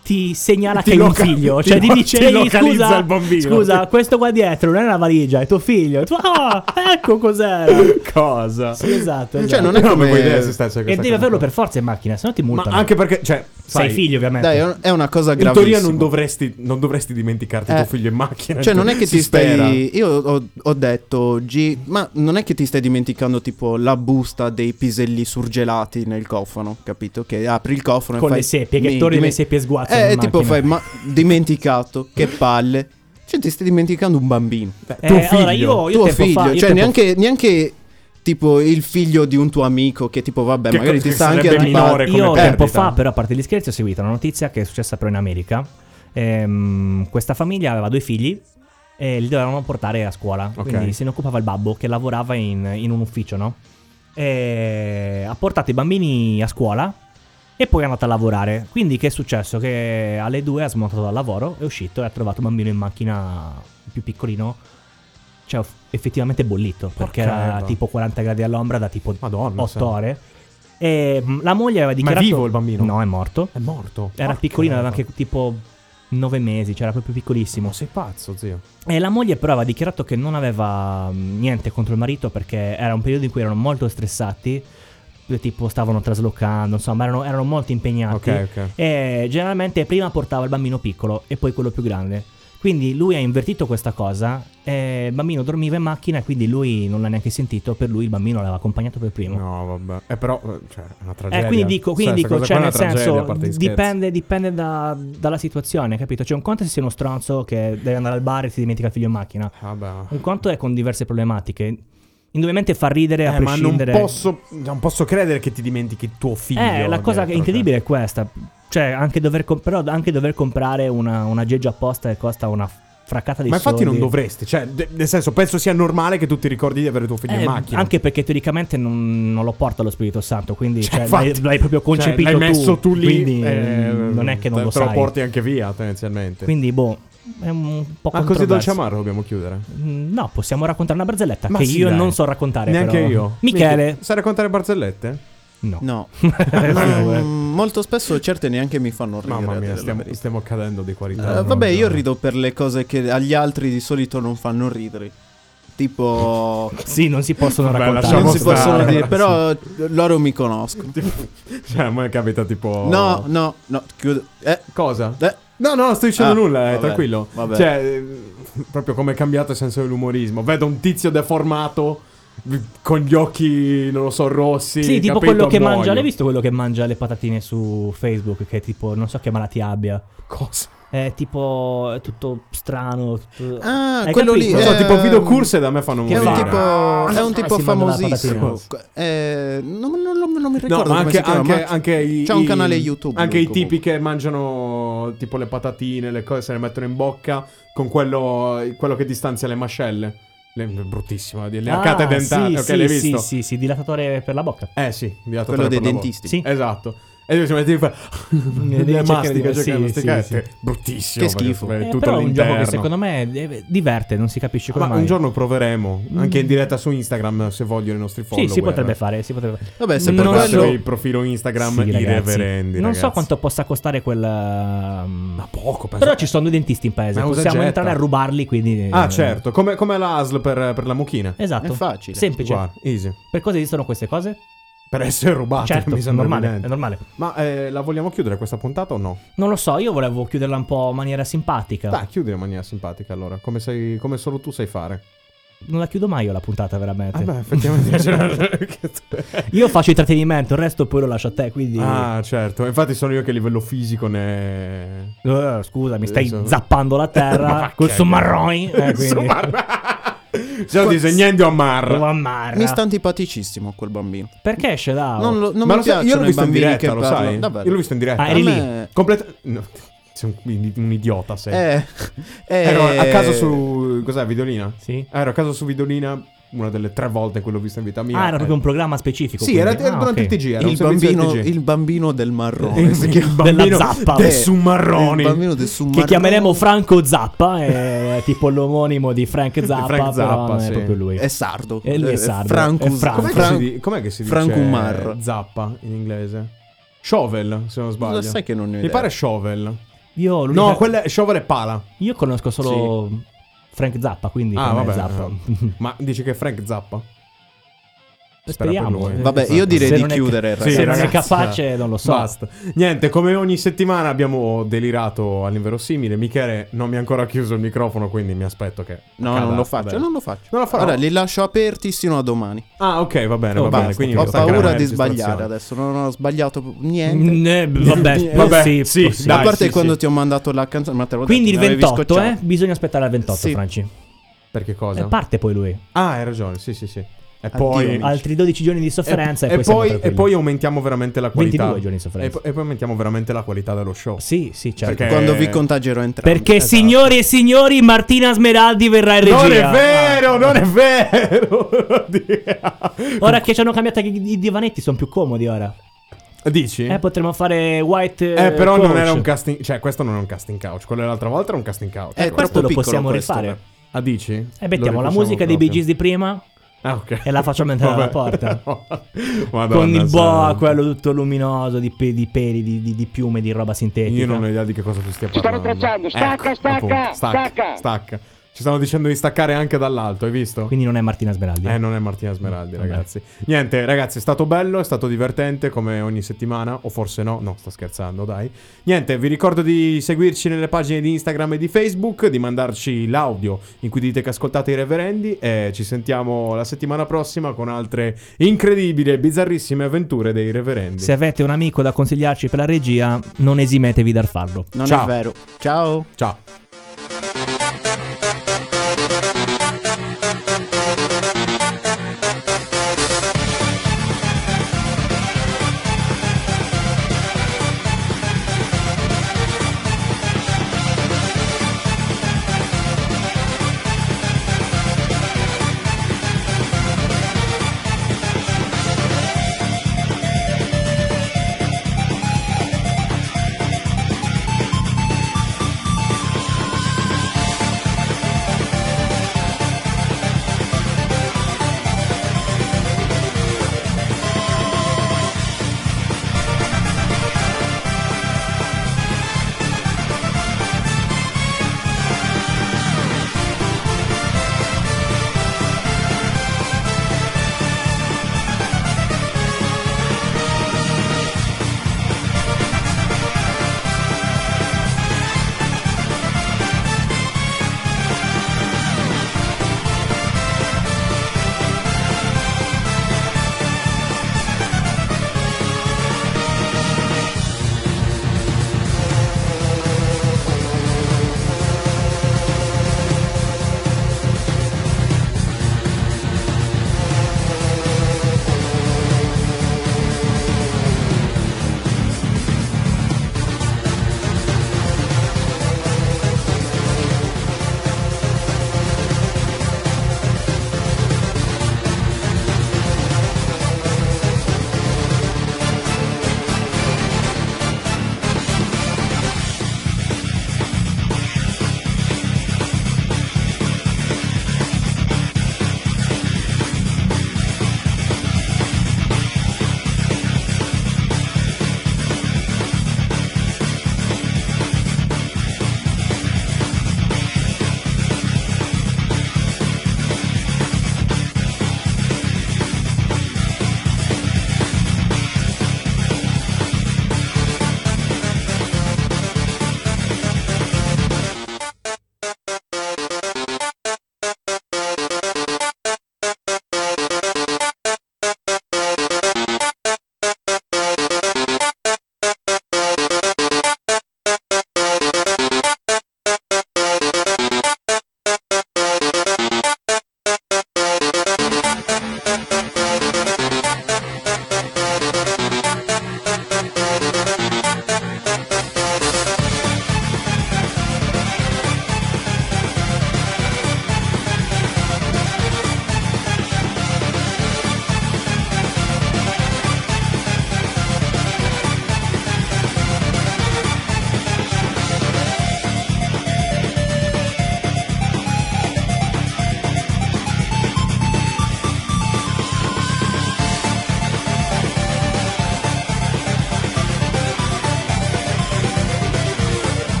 Ti segnala Ti che loca- è un figlio. ti Cioè, ti lo- dice: ti "Ehi, localizza scusa, il bambino." scusa, questo qua dietro non è una valigia, è tuo figlio. E tu, ah, ecco cos'era. Cosa? Sì, esatto. Cioè, esatto. non Non è avevo come idea se stessa E questa devi cosa. averlo per forza in macchina, se no ti Ma multano. anche perché, cioè, Sei sai, figlio, ovviamente. Dai, è un- è una cosa in gravissima. teoria non dovresti, non dovresti dimenticarti tuo Eh. figlio in macchina. Cioè, non è che Si ti spera. stai. Io ho, ho detto, G, ma non è che ti stai dimenticando, tipo, la busta dei piselli surgelati nel cofano, capito? Che apri il cofano Con e fai. le seppie, che mi- torni dime- le seppie e sguazzano Eh, in tipo, macchina. fai, ma dimenticato, che palle. Cioè, ti stai dimenticando un bambino. Beh, Eh, tuo figlio. allora, io, io tuo tempo figlio, fa- io cioè, tempo neanche. neanche Tipo il figlio di un tuo amico che tipo vabbè Che magari co- ti che sta anche sarebbe antipatico. minore come Eh, Io perdita. tempo fa, però a parte gli scherzi, ho seguito una notizia che è successa però in America. Ehm, questa famiglia aveva due figli e li dovevano portare a scuola. Ok. Quindi se ne occupava il babbo che lavorava in, in un ufficio, no? E ha portato i bambini a scuola e poi è andata a lavorare. Quindi che è successo? Che alle due ha smontato dal lavoro, è uscito e ha trovato un bambino in macchina il più piccolino. Cioè, effettivamente bollito. Perché Porca era Eva. tipo 40 gradi all'ombra da tipo Madonna, 8 sai. ore. E mh, la moglie Ma aveva è dichiarato. vivo il bambino? No, è morto. È morto. Era Porca piccolino, aveva Eva. anche tipo 9 mesi, cioè era proprio piccolissimo. Ma sei pazzo, zio. E la moglie però aveva dichiarato che non aveva mh, niente contro il marito perché era un periodo in cui erano molto stressati. eh, Tipo stavano traslocando, insomma, erano, erano molto impegnati. Ok, ok. E generalmente prima portava il bambino piccolo e poi quello più grande. Quindi lui ha invertito questa cosa. E il bambino dormiva in macchina, quindi lui non l'ha neanche sentito. Per lui il bambino l'aveva accompagnato per primo. No, vabbè. Eh, però, eh, cioè, è una tragedia. Eh, quindi dico, quindi Sai, sta dico cosa qua cioè, è nel una tragedia, senso, a parte gli scherzi. dipende, dipende da- dalla situazione, capito? Cioè, un conto è se sei uno stronzo che deve andare al bar e si dimentica il figlio in macchina. Vabbè. Un conto è con diverse problematiche. Indubbiamente fa ridere a Eh, ma non prescindere. posso, non posso credere che ti dimentichi tuo figlio. Eh, la cosa dietro, cioè. che è incredibile è questa. Cioè, anche dover com- però anche dover comprare una, un aggeggio apposta che costa una fraccata di Ma infatti soldi. non dovresti, cioè, de- nel senso, penso sia normale che tu ti ricordi di avere tuo figlio in Eh, macchina. anche perché teoricamente non, non lo porta lo Spirito Santo, quindi Cioè, cioè, infatti, l'hai, l'hai proprio Cioè, concepito l'hai messo tu, lì, quindi eh, non è che non te- lo te sai. lo porti anche via, tendenzialmente. Quindi, boh, è un po' Ma così dolce controverso. amaro dobbiamo chiudere. Mm, No, possiamo raccontare una barzelletta Ma che sì, io dai. non so raccontare. Neanche però. io. Michele. Sai raccontare barzellette? No. No. Scusa, eh. Mm, molto spesso certe neanche mi fanno ridere. Mamma a dire mia, la stiamo, Ah, verità. stiamo cadendo di qualità. Eh, vabbè, io rido per le cose che agli altri di solito non fanno ridere. Tipo... Sì, non si possono Vabbè, raccontare. lasciamo non si stare. possono dire, però loro mi conoscono. Cioè, a me capita tipo... No, no, no, chiudo. Eh, Cosa? eh, No, no, non sto dicendo Ah, nulla, eh, vabbè, tranquillo. vabbè. Cioè, eh, proprio come è cambiato il senso dell'umorismo. Vedo un tizio deformato v- con gli occhi, non lo so, rossi. Sì, tipo capito? quello che Muoio. mangia. L'hai visto quello che mangia le patatine su Facebook? Che tipo, non so che malattia abbia. Cosa? È tipo, è tutto strano. tutto- Ah, Hai quello capito? lì, Non so, eh, tipo video corse da me fanno che è un morire. fa? Ah, tipo, è un tipo Si manda la famosissimo. Eh, non, non- non- non mi no, ricordo ma come anche, si chiama, anche- ma anche i, c'è un i- canale YouTube. Anche lui, i tipi comunque. che mangiano tipo le patatine, le cose se le mettono in bocca con quello, quello che distanzia le mascelle. Le, bruttissimo, da dire, le arcate Ah, dentali. sì, ok, sì, l'hai sì, visto? sì, sì, dilatatore per la bocca. Eh sì, di Quello dei dentisti dentisti. Sì. Esatto. E lui si mette lì fa... devi Le cercare mastica, di- cerca di sì, masticare. sì, sì. Che eh, Bruttissimo. Che perché schifo. è Eh, tutto però è un gioco che all'interno. secondo me eh, diverte, non si capisce come Ma mai. un giorno proveremo, anche in diretta su Instagram, se vogliono i nostri Sì, follower. si potrebbe fare, si potrebbe Vabbè, se Non per Non so- il quello... profilo Instagram Sì, i ragazzi. reverendi. Non so ragazzi. quanto possa costare quel Ma poco, penso- Però ci sono dei dentisti in paese, Ma usa e possiamo getta. entrare a rubarli, quindi Ah, eh, certo, come, come la ASL per, per la mucchina. Esatto. È facile. Semplice. Guarda, easy. Per cosa esistono queste cose? Per essere rubato, certo, Ah, mi è sembra normale, evidente. è normale. Ma eh, la vogliamo chiudere questa puntata o no? Non lo so, io volevo chiuderla un po' in maniera simpatica. Dai, chiudere in maniera simpatica allora, come, sai- come solo tu sai fare. Non la chiudo mai io la puntata, veramente. Ah, beh, effettivamente. cioè, che tu- Io faccio intrattenimento, il resto poi lo lascio a te, quindi... ah, certo. Infatti sono io che a livello fisico ne... Eh, scusa, mi stai Adesso- zappando la terra col sommarroi. Ah, Eh, quindi... Stiamo disegnando a Lo Mar. ammarra. Mi sta antipaticissimo quel bambino. Perché esce da... Non, lo, non Ma mi lo sai, io piacciono l'ho i visto in bambini diretta, che lo parlano. sai? Davvero. Io l'ho visto in diretta. Ah, eri A lì? me- Completa- no, sei un, un idiota, sei. Eh, eh, Ero a caso su... Cos'è, Vidolina? Sì. Ah, Ero a caso su Vidolina una delle tre volte che l'ho vista in vita mia. Ah, era proprio un Eh. programma specifico. Sì, era, quindi. era Ah, durante ok. il TG, era un il, servizio bambino, del TG. il bambino del marrone. si chiama. Della zappa. dei Eh, Summarroni. Il bambino del Summarroni. Che chiameremo Franco Zappa, eh, è tipo l'omonimo di Frank Zappa, Frank però non Zappa, è sì. proprio lui. È sardo. E lui è Eh, sardo, è Franco. Franco. Com'è, Fran- che si, di- com'è che si dice Franco Umar. zappa in inglese? Shovel, se non sbaglio. Lo sai che non ne ho Mi idea. pare shovel. Io, l'unica- No, quella è shovel e pala. io conosco solo Frank Zappa, quindi Ah, per me è vabbè. Zappa. Ma dici che è Frank Zappa? Speriamo. Eh, esatto. per lui. Vabbè, io direi Se di non è- se chiudere. ragazzi. non è ragazzi, cioè, capace, non lo so. Basta. Niente, come ogni settimana abbiamo delirato all'inverosimile. Michele non mi ha ancora chiuso il microfono, quindi mi aspetto che No, accada. non lo faccio. Vabbè. Non lo faccio. Non lo farò. Allora, li lascio aperti sino a domani. Ah, ok, va bene, Oh, va basta. bene. Quindi Ho mi sta paura grave di registrazione. sbagliare adesso. Non ho sbagliato niente. Eh, vabbè, Vabbè, sì, sì, possiamo. Mm, dai, a parte sì, quando sì. ti ho mandato la canzone. ma te l'ho Quindi il detto, mi avevi 28, eh? scocciato. Bisogna aspettare al 28, Sì. Franci. Perché E cosa? parte poi lui. ah, hai ragione. Sì, sì, sì. E Addio, poi amici. Altri 12 giorni di sofferenza e, e, poi siamo poi, e tranquilli. poi aumentiamo veramente la qualità. 22 giorni di e, sofferenza. po- e poi aumentiamo veramente la qualità dello show. Sì, sì, certo. Perché- Quando Eh. vi contagierò entrambi. Perché Esatto. signori e signori, Martina Smeraldi verrà in regia. Non è vero, non è vero. Oddio. Ora che ci hanno cambiato i i divanetti, sono più comodi ora. Dici? Eh, potremmo fare white. Eh, però non coach. era un casting. Cioè, questo non è un casting couch. Quello dell'altra volta era un casting couch. Eh, Eh, questo Questo lo piccolo, possiamo questo, eh. rifare. ah, dici? E Eh, mettiamo Lo la rifacciamo musica dei Bee proprio. Gees di prima. Ah, ok. e la facciamo entrare alla porta. Madonna, con il boa, sai. quello tutto luminoso, di, pe- di peli, di, di- di piume, di roba sintetica. Io non ho idea di che cosa tu stia Ci parlando. Ecco, stanno tracciando. Stacca, stacca, appunto. stacca, stacca. stacca. Ci stanno dicendo di staccare anche dall'alto, hai visto? Quindi non è Martina Smeraldi. Eh, non è Martina Smeraldi, Vabbè. ragazzi. Niente, ragazzi, è stato bello, è stato divertente come ogni settimana, o forse no, no, sto scherzando, dai. Niente, vi ricordo di seguirci nelle pagine di Instagram e di Facebook, di mandarci l'audio in cui dite che ascoltate i reverendi e ci sentiamo la settimana prossima con altre incredibili e bizzarrissime avventure dei reverendi. Se avete un amico da consigliarci per la regia, non esimetevi dal farlo. Non Ciao. è vero. Ciao. Ciao.